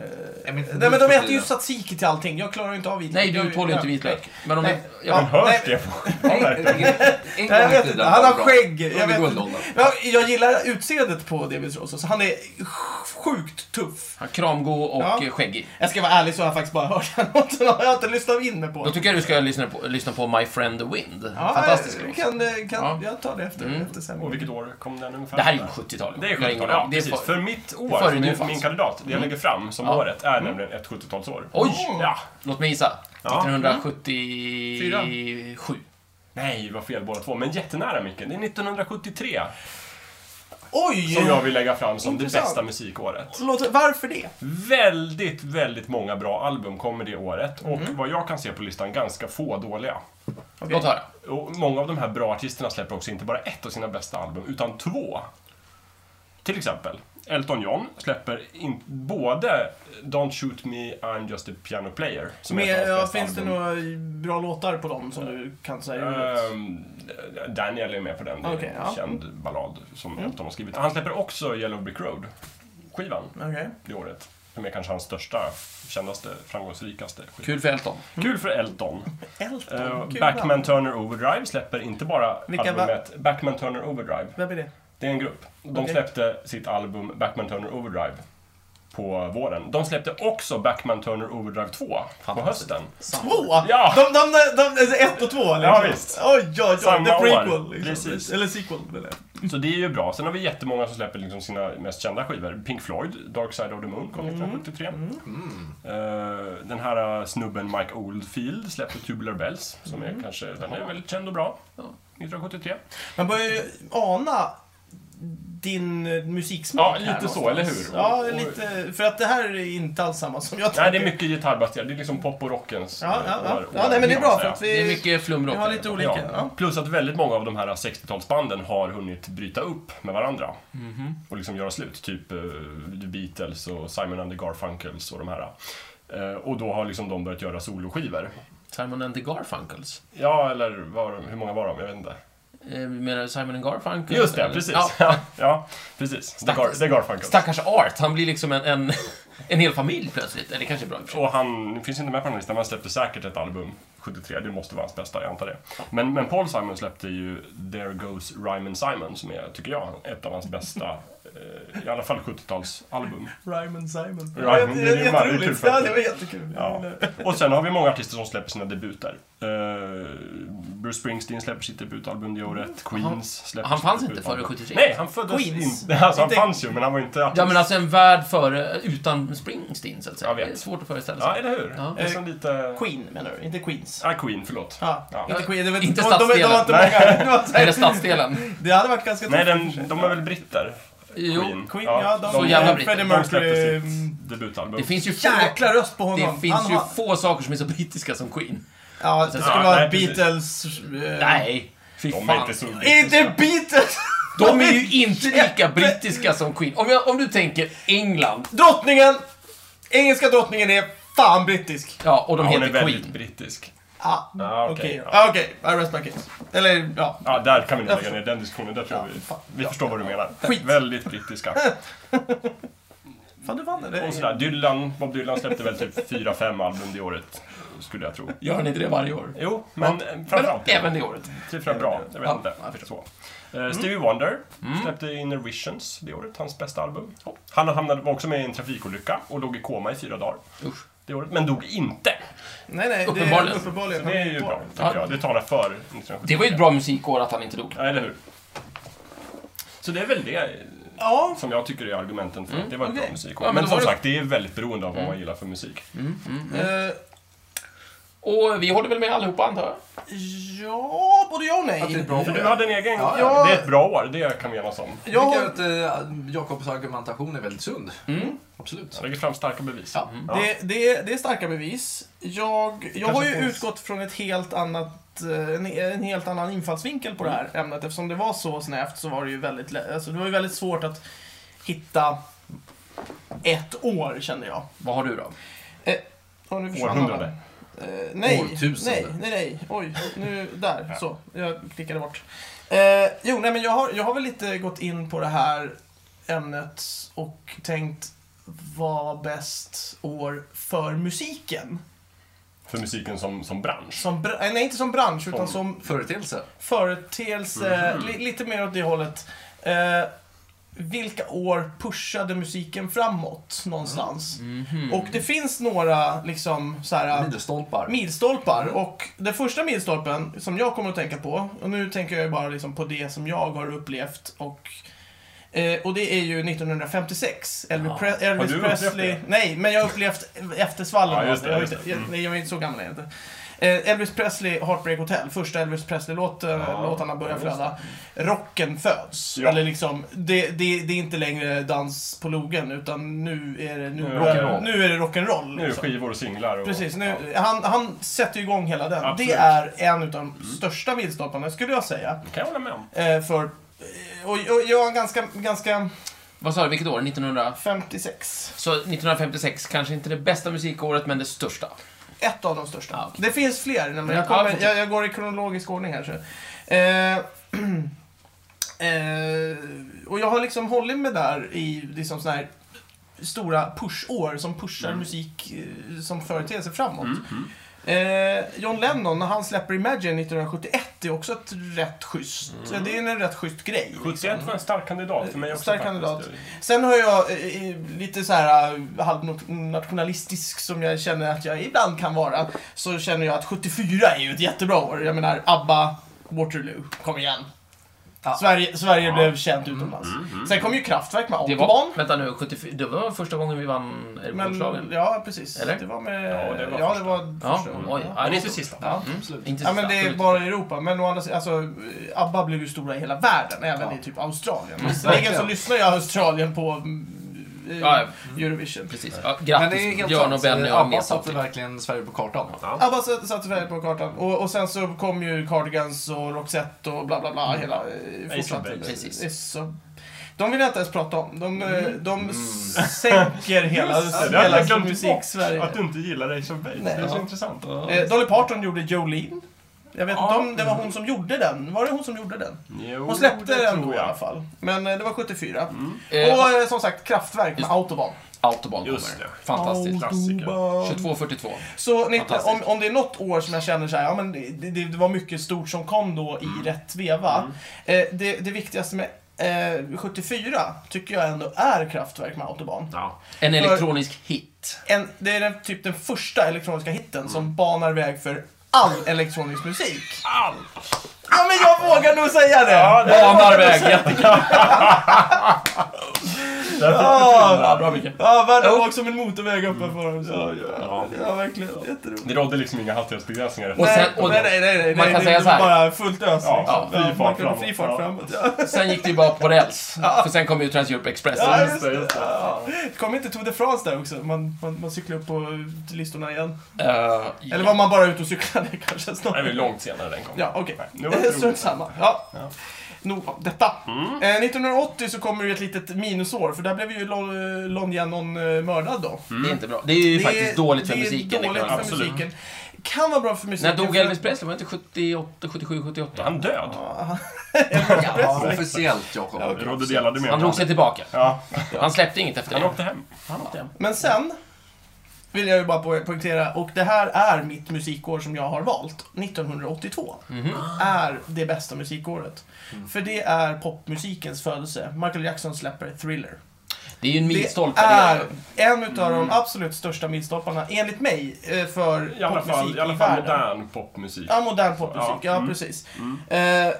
Speaker 3: menar,
Speaker 1: Nej, men de äter ju
Speaker 3: tiden.
Speaker 1: tzatziki till allting. Jag klarar ju inte av vitlök.
Speaker 2: Nej, du tål ju inte vitlök. Men om
Speaker 1: Nej.
Speaker 2: jag,
Speaker 4: Man hörs
Speaker 1: nej.
Speaker 4: det på
Speaker 3: Nej,
Speaker 4: ja, verkligen.
Speaker 3: En
Speaker 1: Nej, jag
Speaker 3: gång i
Speaker 1: vet inte.
Speaker 3: tiden
Speaker 1: Han
Speaker 3: var
Speaker 1: har
Speaker 3: bra.
Speaker 1: skägg. Jag,
Speaker 3: Under
Speaker 1: vet inte.
Speaker 3: guldåldern.
Speaker 1: Jag, jag gillar utseendet på David Rosos. Han är sjukt tuff.
Speaker 2: jag, kramgod och
Speaker 1: Ja.
Speaker 2: eh, skäggig.
Speaker 1: Jag ska vara ärlig så har jag faktiskt bara hört den låten. Jag har inte lyssnat in mig på
Speaker 2: Då
Speaker 1: den.
Speaker 2: tycker jag du ska lyssna på, lyssna på My Friend The Wind.
Speaker 1: Ja,
Speaker 2: Fantastisk
Speaker 1: jag,
Speaker 2: låt.
Speaker 1: kan, eh, kan,
Speaker 2: Ja.
Speaker 1: Jag tar det efter, efter sen.
Speaker 4: Mm. Och vilket år kom den ungefär?
Speaker 2: Det här är ju 70-talet.
Speaker 4: Det är
Speaker 2: Jag har
Speaker 4: 70
Speaker 2: ingen
Speaker 4: ja,
Speaker 2: aning. Det är
Speaker 4: precis.
Speaker 2: fa-
Speaker 4: För mitt
Speaker 2: det
Speaker 4: år,
Speaker 2: före
Speaker 4: för
Speaker 2: din
Speaker 4: min,
Speaker 2: fanns.
Speaker 4: min kandidat, det jag lägger fram som året, är nämligen ett 70-talsår.
Speaker 2: Mm. Oj!
Speaker 4: Ja.
Speaker 2: Låt mig gissa.
Speaker 4: Ja.
Speaker 2: 1977.
Speaker 4: Nej, vad fel båda två. Men jättenära Micke. Det är 1973
Speaker 1: Oj!
Speaker 4: som jag vill lägga fram som
Speaker 1: Intressant.
Speaker 4: det bästa musikåret.
Speaker 1: Låter, varför det?
Speaker 4: Väldigt, väldigt många bra album kommer det året. Och
Speaker 2: Mm.
Speaker 4: vad jag kan se på listan, ganska få dåliga.
Speaker 2: Låt höra.
Speaker 4: Och många av de här bra artisterna släpper också inte bara ett av sina bästa album, utan två. Till exempel, Elton John släpper in, både Don't Shoot Me, I'm Just a Piano Player, som är ett
Speaker 1: Med,
Speaker 4: av
Speaker 1: ja,
Speaker 4: hans bästa
Speaker 1: finns det
Speaker 4: album. Eh,
Speaker 1: några bra låtar på dem som du kan säga?
Speaker 4: Ehm, Daniel är med på den, det är
Speaker 1: Okej,
Speaker 4: en
Speaker 1: ja. Mm.
Speaker 4: känd ballad som Elton har skrivit. Han släpper också Yellow Brick Road-skivan
Speaker 1: Okej.
Speaker 4: det året. Som är kanske hans största, kändaste, framgångsrikaste skiva.
Speaker 2: Kul för Elton.
Speaker 4: Kul för Elton.
Speaker 1: Elton?
Speaker 4: Eh,
Speaker 1: Kul
Speaker 4: Backman
Speaker 1: namn.
Speaker 4: Turner Overdrive släpper inte bara
Speaker 1: Vilka va-
Speaker 4: albumet Backman Turner Overdrive.
Speaker 1: Vem är det?
Speaker 4: Det är en grupp. De
Speaker 1: Okej.
Speaker 4: släppte sitt album Backman Turner Overdrive på våren. De släppte också Backman Turner Overdrive 2 på
Speaker 2: Fantastiskt.
Speaker 4: hösten.
Speaker 1: Två?
Speaker 4: Ja.
Speaker 1: De, de, de, de, ett och två? Liksom.
Speaker 4: Ja, visst.
Speaker 1: Oj, oj, oj.
Speaker 4: Samma
Speaker 1: The
Speaker 4: år.
Speaker 1: prequel. Liksom.
Speaker 4: Precis.
Speaker 1: Eller sequel. Eller?
Speaker 4: Så det är ju bra. Sen har vi jättemånga som släpper liksom sina mest kända skivor. Pink Floyd, Dark Side of the Moon, kom
Speaker 1: Mm.
Speaker 4: 1973. Eh, den här eh, snubben Mike Oldfield släpper Tubular Bells, som
Speaker 1: Mm.
Speaker 4: är kanske, den är väldigt känd och bra. 1973.
Speaker 1: Man börjar ju ana din eh, musiksmak
Speaker 4: Ja,
Speaker 1: här
Speaker 4: lite så, eller
Speaker 1: någonstans.
Speaker 4: hur?
Speaker 1: Ja,
Speaker 4: Och- och-
Speaker 1: lite. För att det här är inte alls samma som jag
Speaker 4: Nej, det är
Speaker 1: tänker.
Speaker 4: mycket gitarrbaserat. Det är liksom pop och rockens
Speaker 1: Ja, ja,
Speaker 4: eh,
Speaker 1: ja.
Speaker 4: år- år,
Speaker 1: ja nej, men det är
Speaker 4: kan
Speaker 1: bra
Speaker 4: man
Speaker 1: för
Speaker 4: säga.
Speaker 1: att
Speaker 2: Det är
Speaker 1: vi,
Speaker 2: mycket
Speaker 1: vi
Speaker 2: flumrock.
Speaker 1: har lite olika.
Speaker 4: Ja.
Speaker 1: Ja.
Speaker 4: Plus att väldigt många av de här 60-talsbanden har hunnit bryta upp med varandra. Och liksom göra slut. Typ eh, The Beatles och Simon and the Garfunkels och de här. Eh, och då har liksom de börjat göra soloskivor.
Speaker 2: Simon and the Garfunkels.
Speaker 4: Ja, eller var, hur många var de? Jag vet inte.
Speaker 2: Eh, menar du Simon and Garfunkel?
Speaker 4: Just det,
Speaker 2: Eller-
Speaker 4: precis.
Speaker 2: Ja.
Speaker 4: Ja, ja precis. The, Gar, the Garfunkels.
Speaker 2: Stackars Art, han blir liksom en, en, en hel familj plötsligt. Eller kanske bra i och för sig.
Speaker 4: Och han finns inte med på den här listan, men han släppte säkert ett album 73. Det måste vara hans bästa, jag antar det. Men, men Paul Simon släppte ju There Goes Ryman Simon, som är, tycker jag, ett av hans bästa, eh, i alla fall 70-talsalbum.
Speaker 1: Ryman Simon.
Speaker 4: Ryman,
Speaker 1: ja,
Speaker 4: det
Speaker 1: det,
Speaker 4: är
Speaker 1: det,
Speaker 4: ju
Speaker 1: är
Speaker 4: bara kul
Speaker 1: jätteroligt.
Speaker 4: för
Speaker 1: Ja,
Speaker 4: att-
Speaker 1: det var jättekul.
Speaker 4: Ja. Och sen har vi många artister som släpper sina debuter. Eh, Bruce Springsteen släpper sitt debutalbum det året. Queens släpper
Speaker 2: Han
Speaker 4: sitt
Speaker 2: fanns inte före
Speaker 4: debutalbum.
Speaker 2: 73.
Speaker 4: Nej, han föddes
Speaker 1: Queens?
Speaker 4: inte. Alltså, han
Speaker 1: Inte-
Speaker 4: fanns ju, men han var inte artist.
Speaker 2: Ja, men alltså en värld före, utan Springsteen så att säga.
Speaker 4: Jag
Speaker 2: Det
Speaker 4: vet.
Speaker 2: är svårt att föreställa sig.
Speaker 4: Ja, eller hur?
Speaker 2: Ja.
Speaker 4: Det är som lite...
Speaker 1: Queen menar du, inte Queens.
Speaker 4: Ah, Queen, förlåt.
Speaker 1: Ja,
Speaker 4: Ja.
Speaker 1: Inte, Queen, det var,
Speaker 2: Inte
Speaker 1: de, de, de, de var inte många. Det var så här-
Speaker 2: Eller stadsdelen.
Speaker 1: Det hade varit ganska
Speaker 4: Nej,
Speaker 1: tufft. i och för
Speaker 4: den,
Speaker 1: sig.
Speaker 4: de är väl britter?
Speaker 2: Jo,
Speaker 1: Queen, ja, de,
Speaker 2: Så
Speaker 1: de,
Speaker 2: jävla britter.
Speaker 1: Freddie
Speaker 4: De släppte
Speaker 1: Mercury.
Speaker 4: sitt
Speaker 1: mm,
Speaker 4: debutalbum.
Speaker 2: det finns ju få,
Speaker 1: Jäkla röst på honom.
Speaker 2: det finns
Speaker 1: Han
Speaker 2: ju
Speaker 1: har-
Speaker 2: få saker som är så brittiska som Queen.
Speaker 1: Ja, det skulle
Speaker 4: Ja,
Speaker 1: vara
Speaker 4: nej, precis.
Speaker 1: Beatles... eh,
Speaker 2: Nej, fy
Speaker 4: De
Speaker 2: fan.
Speaker 4: är inte så
Speaker 1: Inte Beatles!
Speaker 2: De är ju inte lika brittiska som Queen. Om, jag, om du tänker England,
Speaker 1: Drottningen! Engelska drottningen är fan brittisk.
Speaker 2: ja, och de
Speaker 4: Hon är
Speaker 2: heter
Speaker 4: väldigt
Speaker 2: Queen.
Speaker 4: brittisk.
Speaker 1: Ja,
Speaker 4: Ja, Ah, okej,
Speaker 1: okej.
Speaker 4: ja.
Speaker 1: Ja, Okej, I rest my case. Eller, ja.
Speaker 4: Ja, där kan vi nog
Speaker 1: Jag
Speaker 4: lägga ner den diskussionen. Där tror
Speaker 1: Ja,
Speaker 4: jag vi,
Speaker 1: fan.
Speaker 4: vi förstår vad du menar.
Speaker 1: Skit.
Speaker 4: Väldigt brittiska.
Speaker 1: Fan, du vann
Speaker 4: Och
Speaker 1: eller?
Speaker 4: sådär, Dylan, Bob Dylan släppte väl typ 4-5 album det året, skulle jag tro.
Speaker 2: Gör ni inte det varje år?
Speaker 4: Jo, men eh, framförallt
Speaker 2: Men även det året.
Speaker 4: Siffran bra, jag vet
Speaker 2: Ja,
Speaker 4: inte.
Speaker 2: jag förstår. Mm.
Speaker 4: Så. Eh, Stevie Wonder släppte Inner Visions det året, hans bästa album.
Speaker 2: Oh.
Speaker 4: Han hamnade, var också med i en trafikolycka och låg i koma i fyra dagar
Speaker 2: Usch.
Speaker 4: det året, men dog inte.
Speaker 1: Nej, nej.
Speaker 2: Uppenbarligen.
Speaker 1: Det, uppenbarligen.
Speaker 4: Det är ju bra,
Speaker 2: Ja.
Speaker 4: tycker jag. Det talar för 1970.
Speaker 2: Det var ju ett bra musikår att han inte dog.
Speaker 4: Ja, eller hur? Så det är väl det
Speaker 1: Ja,
Speaker 4: som jag tycker är argumenten för att det var ett
Speaker 1: Mm,
Speaker 4: bra
Speaker 1: okej.
Speaker 4: musikår.
Speaker 2: Ja, men
Speaker 4: men
Speaker 2: då
Speaker 4: som
Speaker 2: var det-
Speaker 4: sagt, det är väldigt beroende av vad
Speaker 1: Mm.
Speaker 4: man gillar för musik.
Speaker 1: eh,
Speaker 2: Och vi håller väl med allihopa antar jag?
Speaker 1: ja, både ja och nej.
Speaker 3: Att det är bra
Speaker 4: För
Speaker 3: för
Speaker 4: du hade en egen...
Speaker 3: Ja,
Speaker 1: ja.
Speaker 4: Det är ett bra år, det kan vi enas om.
Speaker 1: Jag
Speaker 3: Jag
Speaker 1: har-
Speaker 3: tycker att eh, Jakobs argumentation är väldigt sund.
Speaker 2: Mm.
Speaker 3: Absolut.
Speaker 4: Jag lägger fram starka bevis.
Speaker 3: Ja.
Speaker 4: Ja.
Speaker 1: Det, det, det är starka bevis. Jag, jag har ju
Speaker 4: finns-
Speaker 1: utgått från ett helt annat, eh, en, en helt annan infallsvinkel på det här
Speaker 3: Mm.
Speaker 1: ämnet. Eftersom det var så snävt så var det ju väldigt, lä- alltså, det var ju väldigt svårt att hitta ett år, kände jag.
Speaker 2: Vad har du då?
Speaker 1: Och nu försvann alla.
Speaker 4: Århundrade.
Speaker 1: Eh, nej, nej,
Speaker 3: Årtusende.
Speaker 1: nej, nej. Oj, nu, där. Så, jag klickade bort. Eh, jo, nej men jag har, jag har väl lite gått in på det här ämnet och tänkt vad var bäst år för musiken?
Speaker 4: För musiken som, som bransch.
Speaker 1: Som br- eh, nej, inte som bransch, utan som
Speaker 3: Företeelse.
Speaker 1: företeelse. Li- lite mer åt det hållet. Eh, vilka år pushade musiken framåt någonstans? Och det finns några liksom så här...
Speaker 3: Milstolpar.
Speaker 1: Milstolpar. Och den första milstolpen som jag kommer att tänka på, och nu tänker jag ju bara liksom på det som jag har upplevt och Eh, och det är ju 1956. Elvis,
Speaker 2: Ja.
Speaker 1: Pre-
Speaker 4: Har
Speaker 1: Elvis
Speaker 4: du upplevt
Speaker 1: Presley.
Speaker 4: det?
Speaker 1: Nej, men jag har upplevt eftersvallen.
Speaker 4: Ja,
Speaker 1: av
Speaker 4: just det,
Speaker 1: Jag, har
Speaker 4: just
Speaker 1: inte-
Speaker 4: det. Mm.
Speaker 1: jag, nej, jag är inte så gammal jag är inte. Eh, Elvis Presley, Heartbreak Hotel. Första Elvis Presley-låtarna
Speaker 4: Ja,
Speaker 1: låtarna börjar
Speaker 4: just det.
Speaker 1: flöda. Rocken föds.
Speaker 4: Ja.
Speaker 1: Eller liksom, det, det, det är inte längre dans på logen, utan nu är det, nu,
Speaker 4: Nu är det rock'n'roll.
Speaker 1: nu är det rock'n'roll.
Speaker 4: Nu är det
Speaker 1: liksom.
Speaker 4: skivor och singlar. Och,
Speaker 1: Precis,
Speaker 4: Ja.
Speaker 1: nu, han, han sätter ju igång hela den.
Speaker 4: Absolut.
Speaker 1: Det är en av de största milstolparna, skulle jag säga.
Speaker 4: Det kan jag hålla med om.
Speaker 1: Eh, för, eh, och, och jag är ganska, ganska
Speaker 2: Vad sa du, vilket år? 1900?
Speaker 1: 56.
Speaker 2: Så 1956 kanske inte det bästa musikåret, men det största.
Speaker 1: Ett av de största.
Speaker 2: Ja, okej.
Speaker 1: Det finns fler, nej, men
Speaker 2: Ja,
Speaker 1: jag, kommer,
Speaker 2: fortsätt.
Speaker 1: jag, jag går i kronologisk ordning här. Så. Eh, eh, och jag har liksom hållit mig där i liksom såna här stora pushår som pushar musik eh, som företeelse framåt.
Speaker 4: Mm.
Speaker 1: Eh, John Lennon, när han släpper Imagine 1971, det är också ett rätt schysst. Det är en rätt schysst grej.
Speaker 4: 71 var en stark kandidat för mig också.
Speaker 1: Stark
Speaker 4: faktiskt.
Speaker 1: kandidat. Sen har jag eh, eh, lite så här eh, halvnationalistisk som jag känner att jag ibland kan vara. Så känner jag att 74 är ju ett jättebra år. Jag menar ABBA, Waterloo, kom igen.
Speaker 3: Ja.
Speaker 1: Sverige, Sverige blev känt utomlands. Sen kom ju Kraftwerk med
Speaker 2: Det
Speaker 1: Autobahn.
Speaker 2: var, vänta nu, 74, det var första gången vi vann
Speaker 1: Men,
Speaker 2: Europaslagen.
Speaker 1: ja, precis.
Speaker 2: Eller?
Speaker 1: Det var med...
Speaker 4: Ja, det var
Speaker 1: ja,
Speaker 4: första.
Speaker 1: det var
Speaker 2: Ja,
Speaker 1: första.
Speaker 2: oj.
Speaker 1: Ja.
Speaker 2: Ja, det är
Speaker 4: inte
Speaker 2: så-
Speaker 4: sista.
Speaker 1: Ja.
Speaker 3: Mm. Absolut.
Speaker 2: Inte
Speaker 1: Ja
Speaker 4: Typ
Speaker 2: sista,
Speaker 1: men det är
Speaker 2: absolut.
Speaker 1: bara i Europa, men å andra sidan, alltså, eh, ABBA blev ju stora i hela världen, även
Speaker 3: Ja.
Speaker 1: i typ Australien.
Speaker 4: Mm.
Speaker 1: Visserligen så lyssnar jag Australien på mm, eh,
Speaker 2: Ja,
Speaker 1: Eurovision.
Speaker 2: Precis. Ja,
Speaker 3: Men det är
Speaker 2: grattis,
Speaker 3: helt
Speaker 2: Björn och
Speaker 3: sant.
Speaker 2: Benny har
Speaker 3: Abba
Speaker 2: med sig.
Speaker 3: satte verkligen Sverige på kartan.
Speaker 4: Ja.
Speaker 1: ABBA satte satte Sverige på kartan. Och, och sen så kom ju Cardigans och Roxette och bla bla bla. Hela, eh,
Speaker 4: Mm. Ace of
Speaker 1: fortsatte.
Speaker 4: Base.
Speaker 2: Precis.
Speaker 1: Ace of- De vill jag inte ens prata om. De, eh, de sänker hela,
Speaker 4: Mm. Just det, det hade jag
Speaker 1: hela
Speaker 4: glömt
Speaker 1: musik-Sverige.
Speaker 4: bort. Att du inte gillar Ace of Base. Det
Speaker 1: Nej.
Speaker 4: är så
Speaker 1: Ja.
Speaker 4: intressant.
Speaker 1: Eh, Dolly Parton gjorde Jolene. Jag vet inte
Speaker 4: Ja. Mm.
Speaker 1: om det var hon som gjorde den. Var det hon som gjorde den?
Speaker 4: Jo,
Speaker 1: Hon släppte
Speaker 4: det
Speaker 1: den
Speaker 4: tror
Speaker 1: då i alla
Speaker 4: jag. Mm.
Speaker 1: fall. Men eh, det var 74.
Speaker 2: Eh,
Speaker 1: Och eh, som sagt, Kraftwerk med
Speaker 2: Just-
Speaker 1: Autobahn.
Speaker 2: Autobahn kommer.
Speaker 4: Just det.
Speaker 2: Fantastiskt.
Speaker 4: Klassiker.
Speaker 1: Autobahn.
Speaker 2: 22.42.
Speaker 1: Så ni-
Speaker 2: Fantastiskt.
Speaker 1: om, om det är något år som jag känner så här, ja men det, det, det var mycket stort som kom då i
Speaker 4: Mm.
Speaker 1: rätt veva. Eh, det, det viktigaste med eh, 74 tycker jag ändå är Kraftwerk med Autobahn.
Speaker 4: Ja.
Speaker 2: En
Speaker 1: För-
Speaker 2: elektronisk hit.
Speaker 1: En, det är den, typ den första elektroniska hitten som banar väg för all elektronisk musik.
Speaker 4: All.
Speaker 1: Ja men jag vågar nog säga det!
Speaker 4: Ja, det-
Speaker 2: Banar väg, jättekul.
Speaker 4: Där fick
Speaker 1: Ja.
Speaker 4: du till det.
Speaker 2: Bra Micke.
Speaker 1: Ja, världen låg som en motorväg uppe för dem. Så.
Speaker 4: Ja, ja.
Speaker 1: Ja, verkligen. Jätteroligt.
Speaker 4: Det rådde liksom inga hastighetsbegränsningar.
Speaker 2: Och
Speaker 1: nej,
Speaker 2: sen- och-
Speaker 1: nej, nej, nej, nej.
Speaker 2: man kan
Speaker 1: det-
Speaker 2: säga
Speaker 1: det
Speaker 2: så här.
Speaker 1: var Bara fullt ös.
Speaker 4: Ja,
Speaker 1: liksom.
Speaker 4: fri fart
Speaker 1: man kunde
Speaker 4: framåt.
Speaker 1: Fri fart
Speaker 4: Ja.
Speaker 1: framåt. Ja.
Speaker 2: Sen gick det ju bara på räls. För sen kom ju Trans-Europe Express.
Speaker 1: Ja,
Speaker 4: just det, just det.
Speaker 1: Ja. Kom inte Tour de France där också? Man, man, man cyklar upp på eh, listorna igen.
Speaker 2: Eh,
Speaker 1: Eller var man bara ute och cyklade kanske
Speaker 4: Det var
Speaker 1: snart?
Speaker 4: ju långt senare den kom.
Speaker 1: Ja, okej. Eh,
Speaker 4: Nej, nu var det roligt.
Speaker 1: Strunt samma. Ja.
Speaker 4: Ja. Mm.
Speaker 1: Nog om detta. Eh, 1980 så kommer ju ett litet minusår, för där blev ju Lon, eh, Lon Jannon eh, mördad då.
Speaker 2: Det är inte bra. Det är ju faktiskt dåligt för
Speaker 1: det
Speaker 2: musiken.
Speaker 1: Det är
Speaker 2: det
Speaker 1: dåligt
Speaker 2: kan jag-
Speaker 1: för
Speaker 4: Absolut.
Speaker 1: musiken. Kan vara bra för musiken.
Speaker 2: När dog
Speaker 1: för-
Speaker 2: Elvis Presley? Var det inte 78, 77, 78?
Speaker 4: Är han död?
Speaker 3: Ja, officiellt Jakob.
Speaker 4: Det rådde delade meningar.
Speaker 2: Han drog sig tillbaka.
Speaker 4: Ja,
Speaker 2: Han släppte inget efter
Speaker 4: han
Speaker 2: det.
Speaker 4: åkte hem.
Speaker 2: Han åkte hem.
Speaker 1: Men sen vill jag ju bara po- poängtera, och det här är mitt musikår som jag har valt. 1982
Speaker 2: Mhm.
Speaker 1: är det bästa musikåret.
Speaker 4: Mm.
Speaker 1: För det är popmusikens födelse. Michael Jackson släpper Thriller.
Speaker 2: Det är ju en
Speaker 1: Det
Speaker 2: milstolpe.
Speaker 1: är en utav de absolut största milstolparna, enligt mig, eh, för
Speaker 4: Mm. I alla fall,
Speaker 1: popmusik
Speaker 4: i alla
Speaker 1: i
Speaker 4: fall
Speaker 1: världen.
Speaker 4: modern popmusik.
Speaker 1: Ja, modern popmusik.
Speaker 4: Ja,
Speaker 1: Ja,
Speaker 4: mm.
Speaker 1: precis. Eh,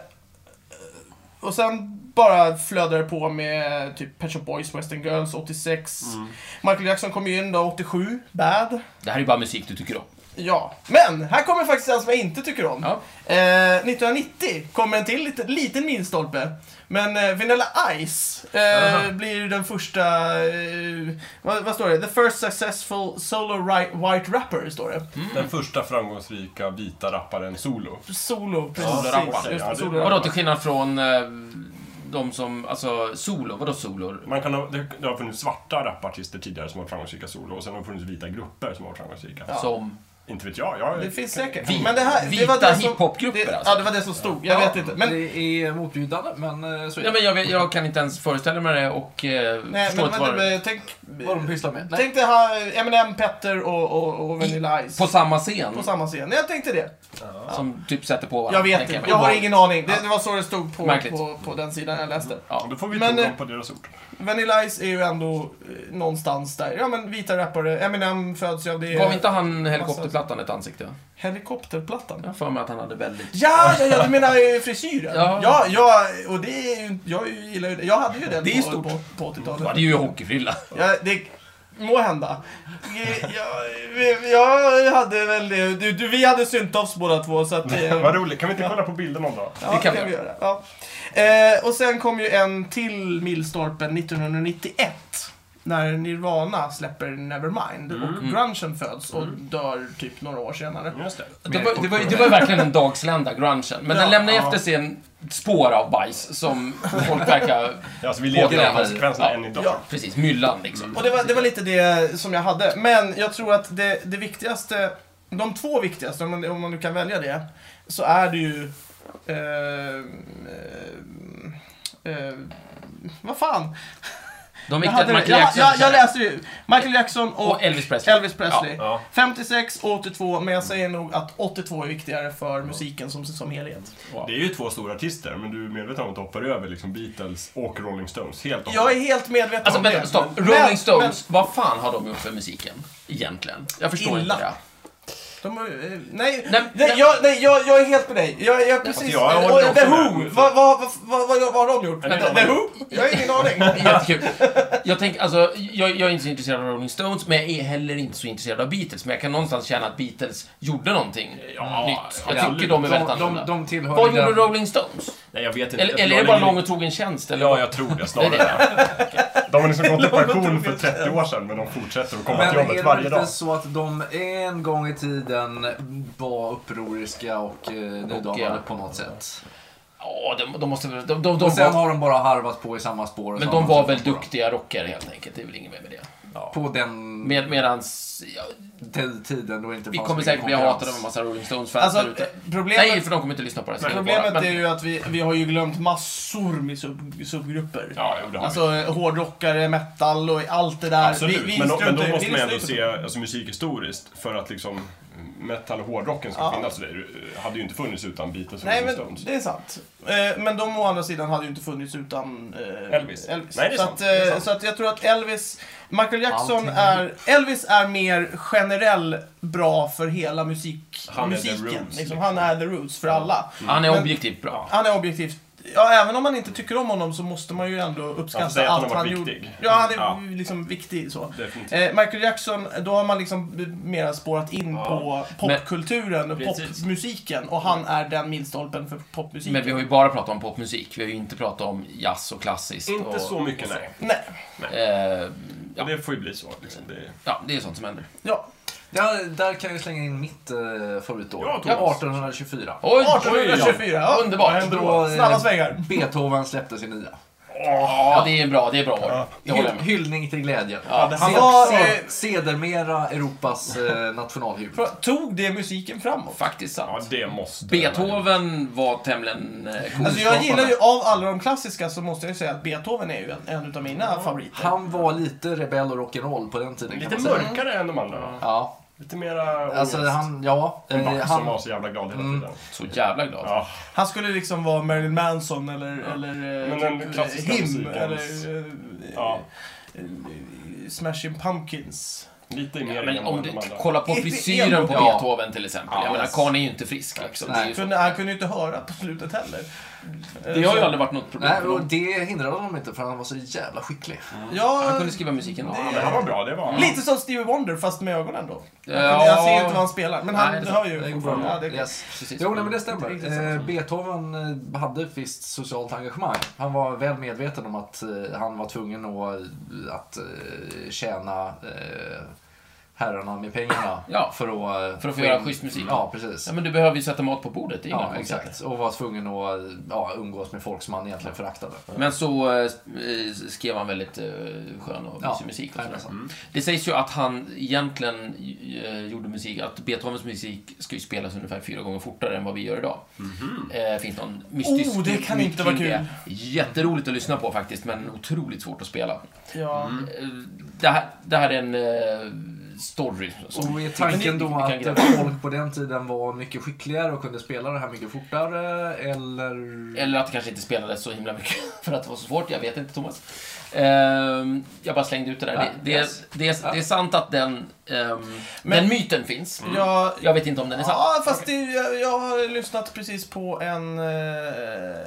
Speaker 1: och sen bara flödade på med typ Pet Shop Boys, Western Girls 86.
Speaker 4: Mm.
Speaker 1: Michael Jackson kom ju in då 87, Bad.
Speaker 2: Det här är ju bara musik du tycker om.
Speaker 1: Ja, men här kommer faktiskt en som jag inte tycker om.
Speaker 2: Ja.
Speaker 1: Eh, 1990 kommer en till lite, liten milstolpe. Men eh, Vanilla Ice eh, blir den första... Eh, vad, vad står det? The first successful solo ri- white rapper, står det.
Speaker 2: Mm.
Speaker 4: Den första framgångsrika vita rapparen solo.
Speaker 1: Solo, precis.
Speaker 2: Solo-rappare.
Speaker 1: Just
Speaker 4: Ja,
Speaker 1: det,
Speaker 4: det-
Speaker 1: solo
Speaker 2: Vadå typ till skillnad från eh, de som, alltså solo, vadå solo?
Speaker 4: Man kan ha, det, det har funnits svarta rapartister tidigare som har varit framgångsrika solo och sen har det funnits vita grupper som har varit framgångsrika.
Speaker 2: Som,
Speaker 4: Inte vet jag. jag
Speaker 1: Det finns säkert.
Speaker 2: Vi-
Speaker 1: men det här, det var
Speaker 2: vita
Speaker 1: det som,
Speaker 2: hiphopgrupper,
Speaker 1: det,
Speaker 2: alltså.
Speaker 1: Ja, det var det som stod. Jag vet inte. Men,
Speaker 3: Det är motbjudande, men eh, så är
Speaker 2: ja,
Speaker 3: det.
Speaker 2: men jag, vet- jag kan inte ens föreställa mig det och eh,
Speaker 1: nej,
Speaker 2: förstå
Speaker 1: men,
Speaker 2: inte
Speaker 1: men,
Speaker 2: vad det
Speaker 1: eh, tänk...
Speaker 3: Vad de pysslar med. Nej.
Speaker 1: Tänk dig ha Eminem, Petter och, och, och Vanilla Ice.
Speaker 2: På samma scen?
Speaker 1: på samma scen. Jag tänkte det.
Speaker 2: Som typ sätter på varandra?
Speaker 1: Jag vet
Speaker 2: tänker
Speaker 1: inte, jag har ingen aning. Det,
Speaker 2: Ja.
Speaker 1: det var så det stod på,
Speaker 2: Märkligt. Mm.
Speaker 1: på, på den sidan jag läste.
Speaker 4: Ja, Då får vi
Speaker 1: Men,
Speaker 4: tro
Speaker 1: eh,
Speaker 4: dem på deras ord.
Speaker 1: Vanilla Ice är ju ändå eh, någonstans där. Ja men vita rappare, Eminem föds ju av det.
Speaker 2: Gav inte han helikopterplattan ett ansikte?
Speaker 1: Helikopterplattan?
Speaker 2: Jag
Speaker 1: Ja.
Speaker 2: har för mig att han hade väldigt...
Speaker 1: Ja, ja, du menar ju frisyren?
Speaker 2: Ja.
Speaker 1: Ja, ja, och det är ju, jag gillar ju det. Jag hade ju den
Speaker 2: Det är ju
Speaker 1: på,
Speaker 2: stort.
Speaker 1: på, på 80-talet.
Speaker 2: Ja, det är ju hockeyfrilla.
Speaker 1: Ja, det må hända. Eh, Jag, jag hade väl det. Du, du, vi hade Syntoffs båda två så att... eh,
Speaker 4: Vad roligt. Kan vi inte kolla på bilden någon dag?
Speaker 1: Ja,
Speaker 2: Det kan vi
Speaker 1: vi göra. Ja. Eh, och sen kom ju en till milstolpe 1991. När Nirvana släpper Nevermind och
Speaker 2: Mm.
Speaker 1: grungen föds och dör typ några år senare.
Speaker 4: Just det.
Speaker 2: Det var, det, var, det var ju verkligen en dagslända, grungen. Men den
Speaker 1: Ja,
Speaker 2: lämnar
Speaker 1: ja.
Speaker 2: efter sig en spår av bajs som folk verkar...
Speaker 4: Ja, så vi lever med
Speaker 2: Gräver.
Speaker 4: konsekvenserna
Speaker 2: Ja.
Speaker 4: än idag.
Speaker 1: Ja.
Speaker 2: Precis, myllan liksom.
Speaker 1: Och det var, det var lite det som jag hade. Men jag tror att det, det viktigaste, de två viktigaste, om man, om man nu kan välja det, så är det ju... Eh, eh, eh, vad fan?
Speaker 2: De
Speaker 1: Jag,
Speaker 2: viktiga
Speaker 1: hade, det.
Speaker 2: Michael
Speaker 1: jag,
Speaker 2: Jackson...
Speaker 1: jag, jag läste ju Michael Jackson och,
Speaker 2: Och Elvis Presley.
Speaker 1: Elvis Presley.
Speaker 4: Ja.
Speaker 1: 56 och 82, men jag säger nog att 82 är viktigare för musiken som, som helhet.
Speaker 4: Det är ju två stora artister, men du är medveten om att du hoppar över liksom Beatles och Rolling Stones helt och
Speaker 1: Jag är helt medveten
Speaker 2: Alltså
Speaker 1: om
Speaker 2: vänta,
Speaker 1: det.
Speaker 2: stopp.
Speaker 1: Men-
Speaker 2: Rolling
Speaker 1: men-
Speaker 2: Stones, vad fan har de gjort för musiken? Egentligen. Jag förstår
Speaker 1: Illa.
Speaker 2: inte det.
Speaker 1: De, har ju- eh, nej,
Speaker 2: Nej,
Speaker 1: nej,
Speaker 2: nej.
Speaker 1: jag, nej jag, jag är helt på dig. Jag, jag, är precis,
Speaker 4: Alltså, jag håller
Speaker 1: och,
Speaker 4: också
Speaker 1: The
Speaker 4: med.
Speaker 1: Who, vad, vad, vad, vad, vad har de gjort?
Speaker 4: Jag vet inte.
Speaker 1: The Who? Jag har ingen aning.
Speaker 2: Jättekul. Jag, tänker, alltså, jag, jag är inte så intresserad av Rolling Stones, men jag är heller inte så intresserad av Beatles. Men jag kan någonstans känna att Beatles gjorde någonting
Speaker 4: Ja,
Speaker 2: Mm, nytt. Jag
Speaker 4: absolut.
Speaker 2: tycker de är väldigt
Speaker 3: de, de,
Speaker 2: annorlunda.
Speaker 3: de tillhör
Speaker 2: Vad
Speaker 3: ju
Speaker 2: gjorde
Speaker 3: den-
Speaker 2: Rolling Stones?
Speaker 4: Nej, jag vet inte.
Speaker 2: Eller,
Speaker 4: Jag
Speaker 2: eller är det
Speaker 4: tror
Speaker 2: bara
Speaker 4: att
Speaker 2: lång och trogen tjänst? Eller
Speaker 4: Ja,
Speaker 2: vad?
Speaker 4: jag tror det
Speaker 2: Det är
Speaker 4: snarare.
Speaker 2: det.
Speaker 4: De har liksom gått i pension för 30 år sedan, men de fortsätter att komma
Speaker 3: Men
Speaker 4: till
Speaker 3: är
Speaker 4: jobbet
Speaker 3: det
Speaker 4: varje
Speaker 3: inte
Speaker 4: dag.
Speaker 3: så att de en gång i tiden var upproriska och eh, nudavade
Speaker 2: ja.
Speaker 3: på något sätt?
Speaker 2: Ja, de, de måste väl... De, de, de
Speaker 3: Och sen
Speaker 2: var,
Speaker 3: har de bara harvat på i samma spår. och
Speaker 2: men
Speaker 3: samma
Speaker 2: de var
Speaker 3: spår.
Speaker 2: väl duktiga rockare helt enkelt. Det är väl inget mer med det.
Speaker 3: På den
Speaker 2: Med, medans... Ja,
Speaker 3: den tiden då det inte
Speaker 2: vi
Speaker 3: fanns
Speaker 2: kommer
Speaker 3: så
Speaker 2: säkert
Speaker 3: mycket
Speaker 2: bli
Speaker 3: konkurrens.
Speaker 2: hatade av en massa Rolling Stones-fans
Speaker 1: Alltså,
Speaker 2: där ute.
Speaker 1: eh, problemet-
Speaker 2: Nej, för de kommer inte lyssna på det här.
Speaker 1: Problemet
Speaker 2: Men-
Speaker 1: är ju att vi, vi har ju glömt massor med sub, subgrupper.
Speaker 4: Ja, jo, det har vi.
Speaker 1: Alltså eh, hårdrockare, metal och allt det där.
Speaker 4: Absolut,
Speaker 1: vi, vi
Speaker 4: men, då, men
Speaker 1: struntar
Speaker 4: då
Speaker 1: ju-
Speaker 4: måste
Speaker 1: vi
Speaker 4: man ändå
Speaker 1: struntar
Speaker 4: se alltså, musikhistoriskt för att liksom metal och hårdrocken ska
Speaker 1: Ja.
Speaker 4: finnas. Så Det hade ju inte funnits utan Beatles och
Speaker 1: Nej,
Speaker 4: Rolling
Speaker 1: men
Speaker 4: Stones.
Speaker 1: det är sant. Eh, Men de å andra sidan hade ju inte funnits utan eh,
Speaker 4: Elvis. Nej, det är
Speaker 1: så,
Speaker 4: sant.
Speaker 1: Att,
Speaker 4: Det är
Speaker 1: eh,
Speaker 4: sant.
Speaker 1: så att jag tror att Elvis, Michael Jackson
Speaker 3: Allting.
Speaker 1: är, Elvis är mer generell bra för hela musik,
Speaker 4: Han är the
Speaker 1: musiken.
Speaker 4: roots,
Speaker 1: liksom.
Speaker 4: liksom. Mm.
Speaker 1: Han är the roots för alla.
Speaker 2: Han är
Speaker 1: Men-
Speaker 2: objektivt bra.
Speaker 1: Han är objektivt. Ja, även om man inte tycker om honom så måste man ju ändå
Speaker 4: Man får
Speaker 1: uppskatta
Speaker 4: säga Alltså, att han
Speaker 1: allt
Speaker 4: har
Speaker 1: han
Speaker 4: varit
Speaker 1: gjorde.
Speaker 4: viktig.
Speaker 1: Ja, han är
Speaker 4: Ja.
Speaker 1: liksom viktig så.
Speaker 4: Definitivt.
Speaker 1: Eh, Michael Jackson, då har man liksom mera spårat in
Speaker 4: Ja.
Speaker 1: på popkulturen, och
Speaker 4: Precis.
Speaker 1: popmusiken och han är den milstolpen för popmusiken.
Speaker 2: Men vi har ju bara pratat om popmusik. Vi har ju inte pratat om jazz och klassiskt.
Speaker 4: Inte
Speaker 2: och,
Speaker 4: så mycket, nej.
Speaker 1: Nej,
Speaker 2: Eh,
Speaker 4: Ja. Det får ju bli så. Liksom. Det...
Speaker 2: ja, det är sånt som händer.
Speaker 1: ja.
Speaker 3: Ja, där kan jag slänga in mitt eh, favoritår.
Speaker 4: Ja, Thomas.
Speaker 3: 1824.
Speaker 2: Oj, oj, oj.
Speaker 1: 1824, ja.
Speaker 2: Underbart.
Speaker 4: Vad
Speaker 3: Då, eh,
Speaker 1: Snabba svängar.
Speaker 3: Beethoven släppte sin nya.
Speaker 2: Ja, det är bra. Det är bra år. Det håller jag
Speaker 3: Hyll,
Speaker 2: med.
Speaker 3: hyllning till glädje.
Speaker 2: Ja,
Speaker 1: Han
Speaker 3: Se-
Speaker 1: var,
Speaker 3: se-
Speaker 1: eh,
Speaker 3: Sedermera Europas eh, nationalhymn.
Speaker 1: Frå- Tog det musiken framåt?
Speaker 2: Faktiskt
Speaker 4: Ja,
Speaker 2: sant.
Speaker 4: det måste...
Speaker 2: Beethoven var tämligen eh, cool.
Speaker 1: Alltså jag gillar ju, av alla de klassiska så måste jag ju säga att Beethoven är ju en, en utav mina
Speaker 2: Mm.
Speaker 1: favoriter.
Speaker 3: Han var lite rebell och rock'n'roll på den tiden. kan
Speaker 4: Lite
Speaker 3: man säga.
Speaker 4: mörkare än de andra.
Speaker 3: Ja,
Speaker 4: Lite mera...
Speaker 3: alltså
Speaker 4: ångest.
Speaker 3: han, ja. eh,
Speaker 4: En back som var
Speaker 3: Han,
Speaker 4: så jävla glad hela tiden.
Speaker 2: Så jävla glad.
Speaker 4: Ja.
Speaker 1: Han skulle liksom vara Marilyn Manson eller, eller eh,
Speaker 4: Men den
Speaker 1: typ,
Speaker 4: klassiska
Speaker 1: eh, Him
Speaker 4: musikens-
Speaker 1: eller eh,
Speaker 4: Ja.
Speaker 1: eh, Smashing Pumpkins.
Speaker 4: Lite mer
Speaker 2: Men om
Speaker 4: än
Speaker 2: du
Speaker 4: de andra.
Speaker 2: kolla på
Speaker 1: Det är
Speaker 2: frisyren på
Speaker 3: ändå-
Speaker 2: Beethoven till exempel.
Speaker 3: Ja.
Speaker 2: Jag menar,
Speaker 3: Yes.
Speaker 2: karln är ju inte frisk. Liksom. Det är ju så.
Speaker 1: Kunde, han kunde ju inte höra på slutet heller.
Speaker 2: Det har ju aldrig varit något problem
Speaker 3: Nej,
Speaker 2: för
Speaker 3: och
Speaker 2: dem.
Speaker 3: det hindrade honom inte för han var så jävla skicklig.
Speaker 4: Mm.
Speaker 1: Ja,
Speaker 2: Han kunde skriva musiken då.
Speaker 4: Men han var bra, det var han.
Speaker 1: lite som Stevie Wonder fast med ögonen då.
Speaker 2: Ja.
Speaker 1: Jag ser inte vad han spelar, men han
Speaker 2: Nej, det är
Speaker 1: hör ju.
Speaker 3: Det går bra.
Speaker 1: Ja, det är
Speaker 3: yes.
Speaker 2: Precis.
Speaker 3: Jo, nej, men det
Speaker 1: Inte riktigt
Speaker 3: stämmer.
Speaker 1: sant.
Speaker 3: Eh, Beethoven eh, hade ett visst socialt engagemang. Han var väl medveten om att eh, han var tvungen att, att eh, tjäna eh, herrarna med pengarna
Speaker 2: Ja,
Speaker 3: för att, eh,
Speaker 2: för att få
Speaker 3: in-
Speaker 2: göra schysst musik.
Speaker 3: Ja, precis.
Speaker 2: Ja, men du behöver ju sätta mat på bordet. Det är inga
Speaker 3: Ja,
Speaker 2: konstigheter.
Speaker 3: exakt. Och var tvungen att eh, ja, umgås med folk som han egentligen föraktade.
Speaker 2: Men så eh, skrev han väldigt eh, skön och
Speaker 3: Ja,
Speaker 2: mysig musik. Och sådär. Mm.
Speaker 3: jajamensan.
Speaker 2: Det sägs ju att han egentligen eh, gjorde musik, att Beethovens musik ska ju spelas ungefär fyra gånger fortare än vad vi gör idag. Eh, finns någon mystisk
Speaker 1: Oh, det kan
Speaker 2: myt
Speaker 1: inte vara
Speaker 2: kring det.
Speaker 1: kul.
Speaker 2: Jätteroligt att lyssna på faktiskt, men otroligt svårt att spela.
Speaker 1: Ja.
Speaker 2: Eh, Det här, det här är en eh, story. Som
Speaker 3: Och är tanken då
Speaker 2: Vi kan
Speaker 3: att
Speaker 2: gräva.
Speaker 3: folk på den tiden var mycket skickligare och kunde spela det här mycket fortare? Eller?
Speaker 2: Eller att det kanske inte spelades så himla mycket för att det var så svårt. Jag vet inte, Thomas. Ehm, jag bara slängde ut det där.
Speaker 3: Ja,
Speaker 2: det, det,
Speaker 3: yes.
Speaker 2: det, det är sant att den, ehm,
Speaker 1: Men- Mm.
Speaker 2: den myten finns.
Speaker 1: Jag,
Speaker 2: Jag vet inte om den är sann.
Speaker 1: Ja, fast det, jag, jag har lyssnat precis på en eh,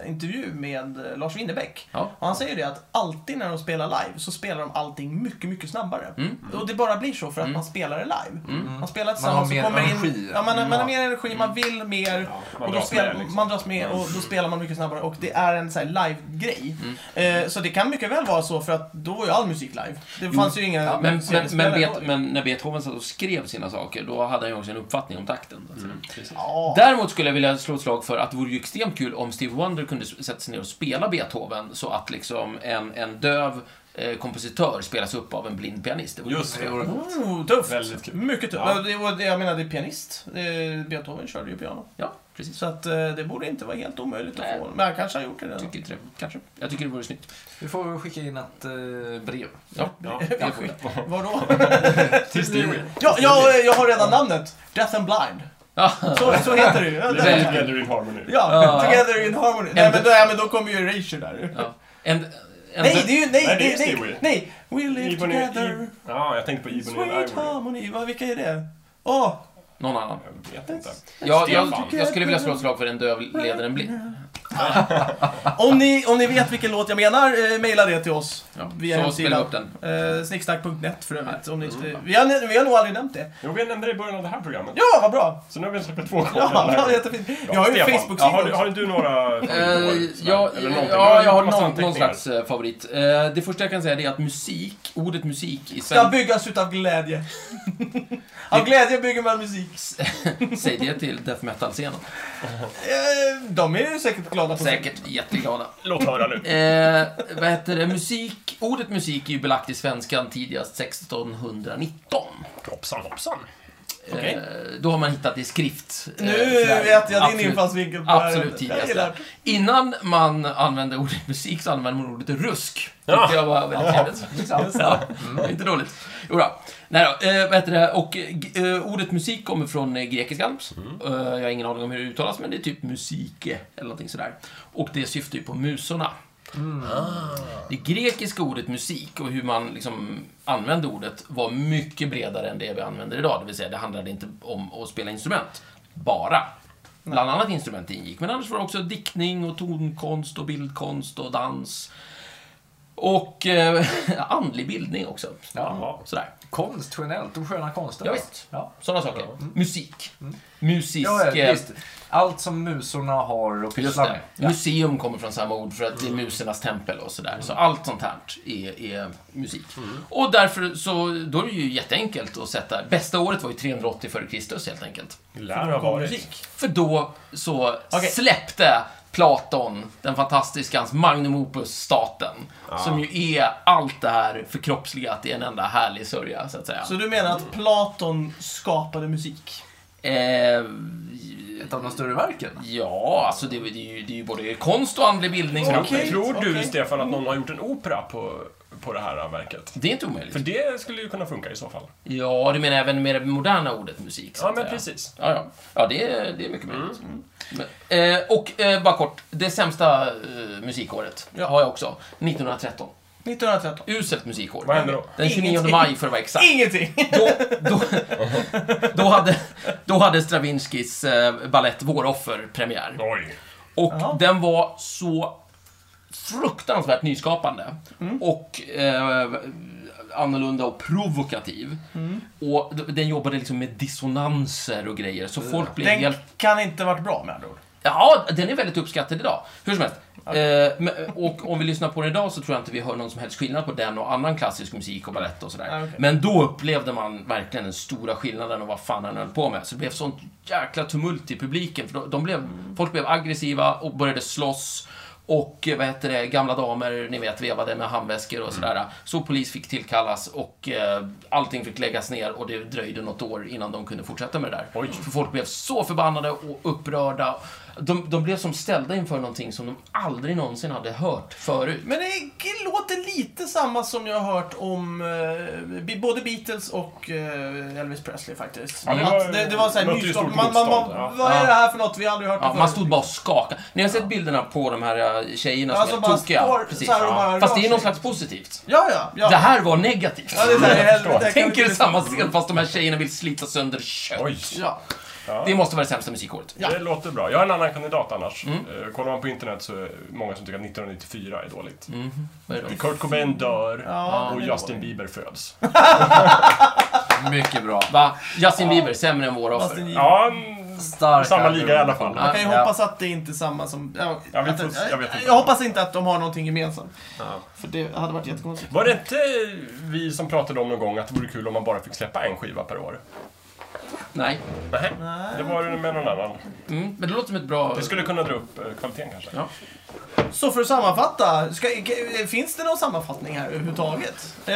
Speaker 1: intervju med eh, Lars Winnerbäck.
Speaker 2: Ja.
Speaker 1: Och han säger det att alltid när de spelar live så spelar de allting mycket, mycket snabbare.
Speaker 2: Mm.
Speaker 1: Och det bara blir så för att man spelar det live. Man spelar tillsammans
Speaker 3: Man har
Speaker 1: och
Speaker 3: mer
Speaker 1: kommer in...
Speaker 3: energi.
Speaker 1: Ja, man, man har
Speaker 3: Ja.
Speaker 1: mer energi,
Speaker 2: Mm.
Speaker 1: man vill mer.
Speaker 4: man
Speaker 1: och då
Speaker 4: dras
Speaker 1: spelar,
Speaker 4: med, liksom.
Speaker 1: Man dras med och då spelar man mycket snabbare och det är en så här live-grej.
Speaker 2: Mm.
Speaker 1: Eh, så det kan mycket väl vara så för att då var ju all musik live. Det fanns ju inga
Speaker 2: Ja, men, men, men,
Speaker 1: CD-spelare då.
Speaker 2: Bet, men när Beethoven satt och skrev sina saker, då hade han ju också en uppfattning om takten. så att säga.
Speaker 1: Ja.
Speaker 2: Däremot skulle jag vilja slå ett slag för att det vore ju extremt kul om Steve Wonder kunde s- sätta sig ner och spela Beethoven så att liksom en, en döv eh, kompositör spelas upp av en blind pianist. Det vore
Speaker 4: Just det.
Speaker 1: Oh, tufft!
Speaker 4: Väldigt kul.
Speaker 1: Mycket tufft.
Speaker 4: Ja.
Speaker 1: Ja. Det, och det, jag menar, det är pianist. Eh, Beethoven körde ju piano.
Speaker 2: Ja, precis.
Speaker 1: Så att eh, det borde inte vara helt omöjligt
Speaker 2: Nej.
Speaker 1: att få. Men han kanske har gjort det
Speaker 2: Jag
Speaker 1: redan.
Speaker 2: tycker inte det, kanske. Jag tycker det vore snyggt.
Speaker 3: Vi får väl skicka in ett eh, brev.
Speaker 2: Ja.
Speaker 4: Ja.
Speaker 1: Ja,
Speaker 2: får
Speaker 1: Vadå?
Speaker 4: Till Stewie.
Speaker 1: ja, jag, jag har redan namnet. Death and Blind.
Speaker 2: Ja.
Speaker 1: Så, så heter det ju. Ja, det-
Speaker 2: Väldigt-
Speaker 4: Together in harmony.
Speaker 1: Ja,
Speaker 2: Ja.
Speaker 1: Together in Harmony. Nej men, då, ja, men då kommer ju Erasure där.
Speaker 2: Ja. En, en,
Speaker 1: Nej, det är ju... Nej,
Speaker 4: Nej, det är
Speaker 1: det,
Speaker 4: ju
Speaker 1: nej,
Speaker 4: Stewie.
Speaker 1: nej. We live
Speaker 4: Ebony,
Speaker 1: together.
Speaker 4: Eb- ja, jag tänkte på Ebony and
Speaker 1: Sweet
Speaker 4: Ivory.
Speaker 1: Harmony. Vad, vilka är det? Åh!
Speaker 2: Någon annan.
Speaker 4: Jag vet inte.
Speaker 2: Jag,
Speaker 4: Stefan.
Speaker 2: jag, jag skulle vilja slå ett slag för en döv leder en blind.
Speaker 1: Om ni, om ni vet vilken låt jag menar, eh, mejla det till oss.
Speaker 2: Ja.
Speaker 1: Via
Speaker 2: Så spelar vi
Speaker 1: hemsidan.
Speaker 2: upp den.
Speaker 1: Eh, Snicksnack.net för övrigt. Om ni, vi, har, vi har nog aldrig nämnt det.
Speaker 4: Jo, vi nämnde det i början av det här programmet.
Speaker 1: Ja, vad bra!
Speaker 4: Så nu har vi släppt två gånger.
Speaker 1: Ja, bra, jättefint. Jag har ju en
Speaker 4: Stefan, ja, har, du,
Speaker 1: Facebook-sida
Speaker 4: har
Speaker 1: också.
Speaker 4: du några favoriter?
Speaker 2: Eh, ja,
Speaker 4: Eller någonting?
Speaker 2: ja, jag har
Speaker 4: massa
Speaker 2: någon, någon
Speaker 4: anteckningar.
Speaker 2: slags eh, favorit. Eh, det första jag kan säga det är att musik, ordet musik i
Speaker 1: Ska
Speaker 2: svenska...
Speaker 1: byggas utav glädje. Av glädje bygger man musik.
Speaker 2: Säg det till death metal-scenen.
Speaker 1: Eh, de är ju säkert glada på
Speaker 2: Säkert jätteglada.
Speaker 4: Låt höra nu.
Speaker 2: Eh, vad heter det? Musik, ordet musik är ju belagt i svenskan tidigast 1619.
Speaker 4: Hoppsan hoppsan.
Speaker 1: Okej.
Speaker 2: Eh, då har man hittat det i skrift. eh,
Speaker 1: Nu
Speaker 2: för det här.
Speaker 1: vet jag din
Speaker 2: Absolut.
Speaker 1: infallsvinkel på det här
Speaker 2: Absolut
Speaker 1: ämnet. Jag
Speaker 2: tidigast.
Speaker 1: gillar
Speaker 2: där. Innan man använde ordet musik så använde man ordet rusk.
Speaker 4: Ja.
Speaker 2: Det var väldigt trevligt. Ja. Mm. Inte dåligt. Jo då. Nej då, eh, vad heter det? Och eh, g- eh, ordet musik kommer från eh, grekiskan.
Speaker 4: Mm.
Speaker 2: Eh, jag har ingen aning om hur det uttalas, men det är typ musike eller någonting sådär. Och det syftar ju på musorna. Det grekiska ordet musik och hur man liksom använde ordet var mycket bredare än det vi använder idag. Det vill säga, det handlade inte om att spela instrument, bara. Bland annat instrument ingick, men annars var det också diktning och tonkonst och bildkonst och dans. Och eh, andlig bildning också.
Speaker 3: Ja.
Speaker 2: Sådär.
Speaker 3: Konst generellt, de sköna konsterna.
Speaker 2: Ja, visst.
Speaker 3: Ja. Mm.
Speaker 2: Sådana saker. Musik. Musisk...
Speaker 3: Ja, ja,
Speaker 2: eh,
Speaker 3: visst. Allt som musorna har att
Speaker 2: Just
Speaker 3: pyssla
Speaker 2: det.
Speaker 3: med. Ja.
Speaker 2: Museum kommer från samma ord för att det är musernas tempel och sådär. Så allt sånt här är, är musik. Och därför så, då är det ju jätteenkelt att sätta. Bästa året var ju 380 före Kristus helt enkelt.
Speaker 4: Lär ha
Speaker 1: Kom
Speaker 4: varit.
Speaker 1: musik.
Speaker 2: För då så
Speaker 1: Okej.
Speaker 2: släppte Platon, den fantastiska, hans magnum opus, staten. Som ju är allt det här förkroppsligat i en enda härlig sörja, så att säga.
Speaker 1: Så du menar att Platon skapade musik?
Speaker 2: Eh,
Speaker 3: Ett av de större verken.
Speaker 2: ja, alltså det, är ju- det är ju, det är ju både konst och andlig bildning. och-
Speaker 1: Okej,
Speaker 4: Tror du,
Speaker 1: okej.
Speaker 4: Stefan, att någon har gjort en opera på, på det här verket?
Speaker 2: Det är inte
Speaker 4: För
Speaker 2: omöjligt.
Speaker 4: det skulle ju kunna funka i så fall.
Speaker 2: Ja, du menar även med det moderna ordet musik? så
Speaker 4: Ja,
Speaker 2: att
Speaker 4: men
Speaker 2: säga.
Speaker 4: precis. Mm.
Speaker 2: Ja, ja. ja det, är, det är mycket möjligt. Men, eh, och eh, bara kort, det sämsta eh, musikåret har jag också. 1913.
Speaker 1: 1913.
Speaker 2: Uselt musikår.
Speaker 4: Vad hände då?
Speaker 2: Den 29
Speaker 1: Ingenting.
Speaker 2: maj för att vara exakt.
Speaker 1: Ingenting!
Speaker 2: Då, då, då, hade, då hade Stravinskys eh, ballett Våroffer premiär.
Speaker 4: Oj.
Speaker 2: Och
Speaker 1: Jaha.
Speaker 2: den var så fruktansvärt nyskapande.
Speaker 1: Mm.
Speaker 2: Och eh, annorlunda och provokativ.
Speaker 1: Mm.
Speaker 2: Och d- den jobbade liksom med dissonanser och grejer. Så folk blev
Speaker 1: Den
Speaker 2: helt...
Speaker 1: kan inte varit bra med andra ord.
Speaker 2: Ja, den är väldigt uppskattad idag. Hur som helst. Eh, men, och om vi lyssnar på den idag så tror jag inte vi hör någon som helst skillnad på den och annan klassisk musik och balett och sådär.
Speaker 1: Ah, okej.
Speaker 2: Men då upplevde man verkligen den stora skillnaden och vad fan han höll på med. Så det blev sånt jäkla tumult i publiken. För de, de blev, Folk blev aggressiva och började slåss. Och eh, vad heter det, gamla damer, ni vet, vevade med handväskor och sådär. Så polis fick tillkallas och eh, allting fick läggas ner och det dröjde något år innan de kunde fortsätta med det där.
Speaker 4: Oj.
Speaker 2: För folk blev så förbannade och upprörda. De, de blev som ställda inför någonting som de aldrig någonsin hade hört förut.
Speaker 1: Men det låter lite samma som jag har hört om eh, bi- både Beatles och eh, Elvis Presley faktiskt.
Speaker 4: Ja, det
Speaker 1: Att
Speaker 4: var-
Speaker 1: det, det var så här
Speaker 4: mötte ju
Speaker 1: nyskap.
Speaker 4: stort
Speaker 1: Man, man, man,
Speaker 4: motstånd, ja.
Speaker 1: Vad
Speaker 2: Ja.
Speaker 1: är det här för något? Vi har aldrig hört det
Speaker 2: Ja, man stod bara och skakade. Ni har sett bilderna på de här eh, tjejerna som
Speaker 1: Alltså,
Speaker 2: är
Speaker 1: bara
Speaker 2: tokiga.
Speaker 1: står
Speaker 2: Precis.
Speaker 1: så här och bara
Speaker 2: Fast det
Speaker 1: rör
Speaker 2: är något
Speaker 1: sig.
Speaker 2: slags positivt.
Speaker 1: Ja, ja. ja.
Speaker 2: Det här var negativt.
Speaker 1: Ja, det är så här,
Speaker 4: Jag
Speaker 1: helvete,
Speaker 4: förstår.
Speaker 1: kan
Speaker 2: Tänk
Speaker 1: vi
Speaker 2: er
Speaker 1: inte-
Speaker 2: samma scen fast de här tjejerna vill slita sönder kött.
Speaker 4: Oj.
Speaker 1: Ja.
Speaker 4: Ja.
Speaker 2: Det måste vara det sämsta musikåret.
Speaker 1: Ja.
Speaker 4: Det låter bra. Jag har en annan kandidat annars. Eh, kollar man på internet så är det många som tycker att 1994 är dåligt.
Speaker 2: Vad är det då?
Speaker 4: Kurt Cobain dör
Speaker 1: Ja,
Speaker 4: och
Speaker 1: det är
Speaker 4: Justin
Speaker 1: dåligt.
Speaker 4: Bieber föds.
Speaker 3: Mycket bra.
Speaker 2: Va? Justin Bieber, sämre än våra
Speaker 1: Fast det är
Speaker 2: offer.
Speaker 1: ju-
Speaker 4: Ja, mm,
Speaker 3: Stark
Speaker 4: Samma liga i alla fall.
Speaker 1: Man kan ju
Speaker 2: Ja.
Speaker 1: hoppas att det inte är samma som... Ja,
Speaker 4: Jag vet
Speaker 1: att,
Speaker 4: inte, jag vet inte.
Speaker 1: jag hoppas inte att de har någonting gemensamt.
Speaker 4: Ja.
Speaker 1: För det hade varit jättekonstigt.
Speaker 4: var det inte vi som pratade om någon gång att det vore kul om man bara fick släppa en skiva per år?
Speaker 2: Nej.
Speaker 4: Nej,
Speaker 1: Nej.
Speaker 4: det var det med någon annan.
Speaker 2: Mm, men det låter som ett bra...
Speaker 4: Vi skulle kunna dra upp eh, kvaliteten kanske.
Speaker 2: Ja.
Speaker 1: Så för att sammanfatta, ska, k- finns det någon sammanfattning här överhuvudtaget? Eh,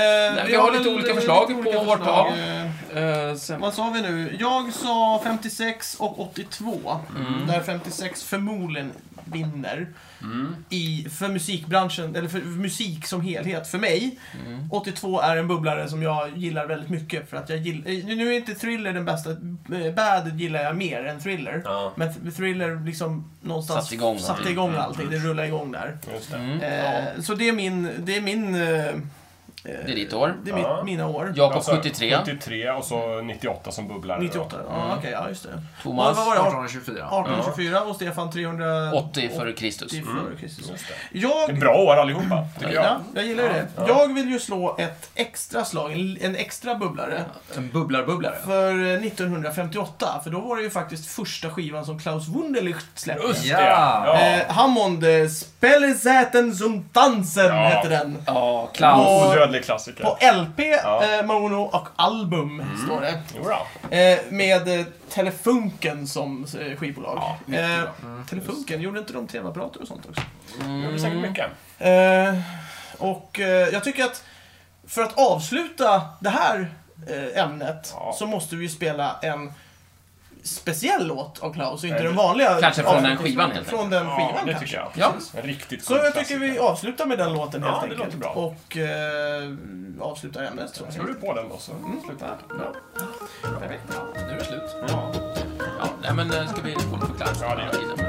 Speaker 2: vi har lite
Speaker 1: väl,
Speaker 2: olika
Speaker 1: eh,
Speaker 2: förslag
Speaker 1: lite
Speaker 2: på
Speaker 1: förslag.
Speaker 2: årtal.
Speaker 1: Eh,
Speaker 2: Eh, sen-
Speaker 1: Vad sa vi nu? Jag sa 56 och 82.
Speaker 2: Mm.
Speaker 1: Där 56 förmodligen vinner.
Speaker 2: Mm.
Speaker 1: I, för musikbranschen, eller för musik som helhet, för mig.
Speaker 2: Mm.
Speaker 1: 82 är en bubblare som jag gillar väldigt mycket. För att jag gill, eh, nu är inte thriller den bästa. Eh, Bad gillar jag mer än thriller.
Speaker 4: Ja.
Speaker 1: Men th- thriller liksom någonstans
Speaker 2: Satte igång Mm.
Speaker 1: satte
Speaker 2: någonting.
Speaker 1: igång allting. Det rullar igång där.
Speaker 4: Just det.
Speaker 1: Eh, Så det är min... Det är min... Det
Speaker 2: Det är ditt år.
Speaker 1: Det är mitt,
Speaker 4: Ja.
Speaker 1: mina år.
Speaker 2: Jakob
Speaker 4: Alltså,
Speaker 2: 73.
Speaker 4: 73 och så 98 som bubblar.
Speaker 1: 98, ja
Speaker 4: Mm.
Speaker 1: okej, ja just det.
Speaker 2: Thomas
Speaker 1: Vad var det?
Speaker 3: 1824.
Speaker 1: 1824 och Stefan 380
Speaker 2: 80 före Kristus.
Speaker 1: före Kristus.
Speaker 4: Mm. Just det.
Speaker 1: Jag,
Speaker 4: Det är bra år allihopa, tycker jag.
Speaker 1: ja, jag gillar ju det. Jag vill ju slå ett extra slag, en- en extra bubblare.
Speaker 2: En bubblar-bubblare.
Speaker 1: För eh, 1958, för då var det ju faktiskt första skivan som Klaus Wunderlicht släppte.
Speaker 4: Just det!
Speaker 3: Ja.
Speaker 4: Ja.
Speaker 1: Eh, Hammond, eh, Spellesäten zum Tanzen
Speaker 4: Ja.
Speaker 1: hette den.
Speaker 2: Ja, Klaus.
Speaker 1: Och-
Speaker 4: Odödlig klassiker.
Speaker 1: På LP,
Speaker 4: Ja. Mm.
Speaker 1: eh, mono och album står det.
Speaker 4: Jodå.
Speaker 1: Eh, med eh, Telefunken som eh, skivbolag.
Speaker 4: Ja,
Speaker 1: eh, Telefunken, gjorde inte de tv-apparater och sånt också?
Speaker 4: Det gjorde säkert mycket.
Speaker 1: Eh, och eh, jag tycker att för att avsluta det här eh, ämnet
Speaker 4: Ja.
Speaker 1: så måste vi ju spela en speciell låt av Klaus och inte
Speaker 4: Nej,
Speaker 1: den vanliga.
Speaker 2: Kanske från den
Speaker 1: avslutningslåten.
Speaker 2: skivan, helt
Speaker 1: Från den skivan
Speaker 4: Ja, det
Speaker 1: kanske.
Speaker 4: tycker jag.
Speaker 2: Ja.
Speaker 4: Precis. En riktigt
Speaker 1: Så
Speaker 4: cool
Speaker 1: jag tycker vi
Speaker 4: klassiker.
Speaker 1: avslutar med den låten
Speaker 4: Ja,
Speaker 1: helt
Speaker 4: det
Speaker 1: enkelt.
Speaker 4: låter bra.
Speaker 1: Och eh, avslutar ämnet tror
Speaker 4: Slår
Speaker 1: jag.
Speaker 4: du på den då så slutar vi. Ja.
Speaker 2: Nu är det slut. Ja, nej, men eh, ska vi kolla på Klaus?
Speaker 4: Ja, det gör vi.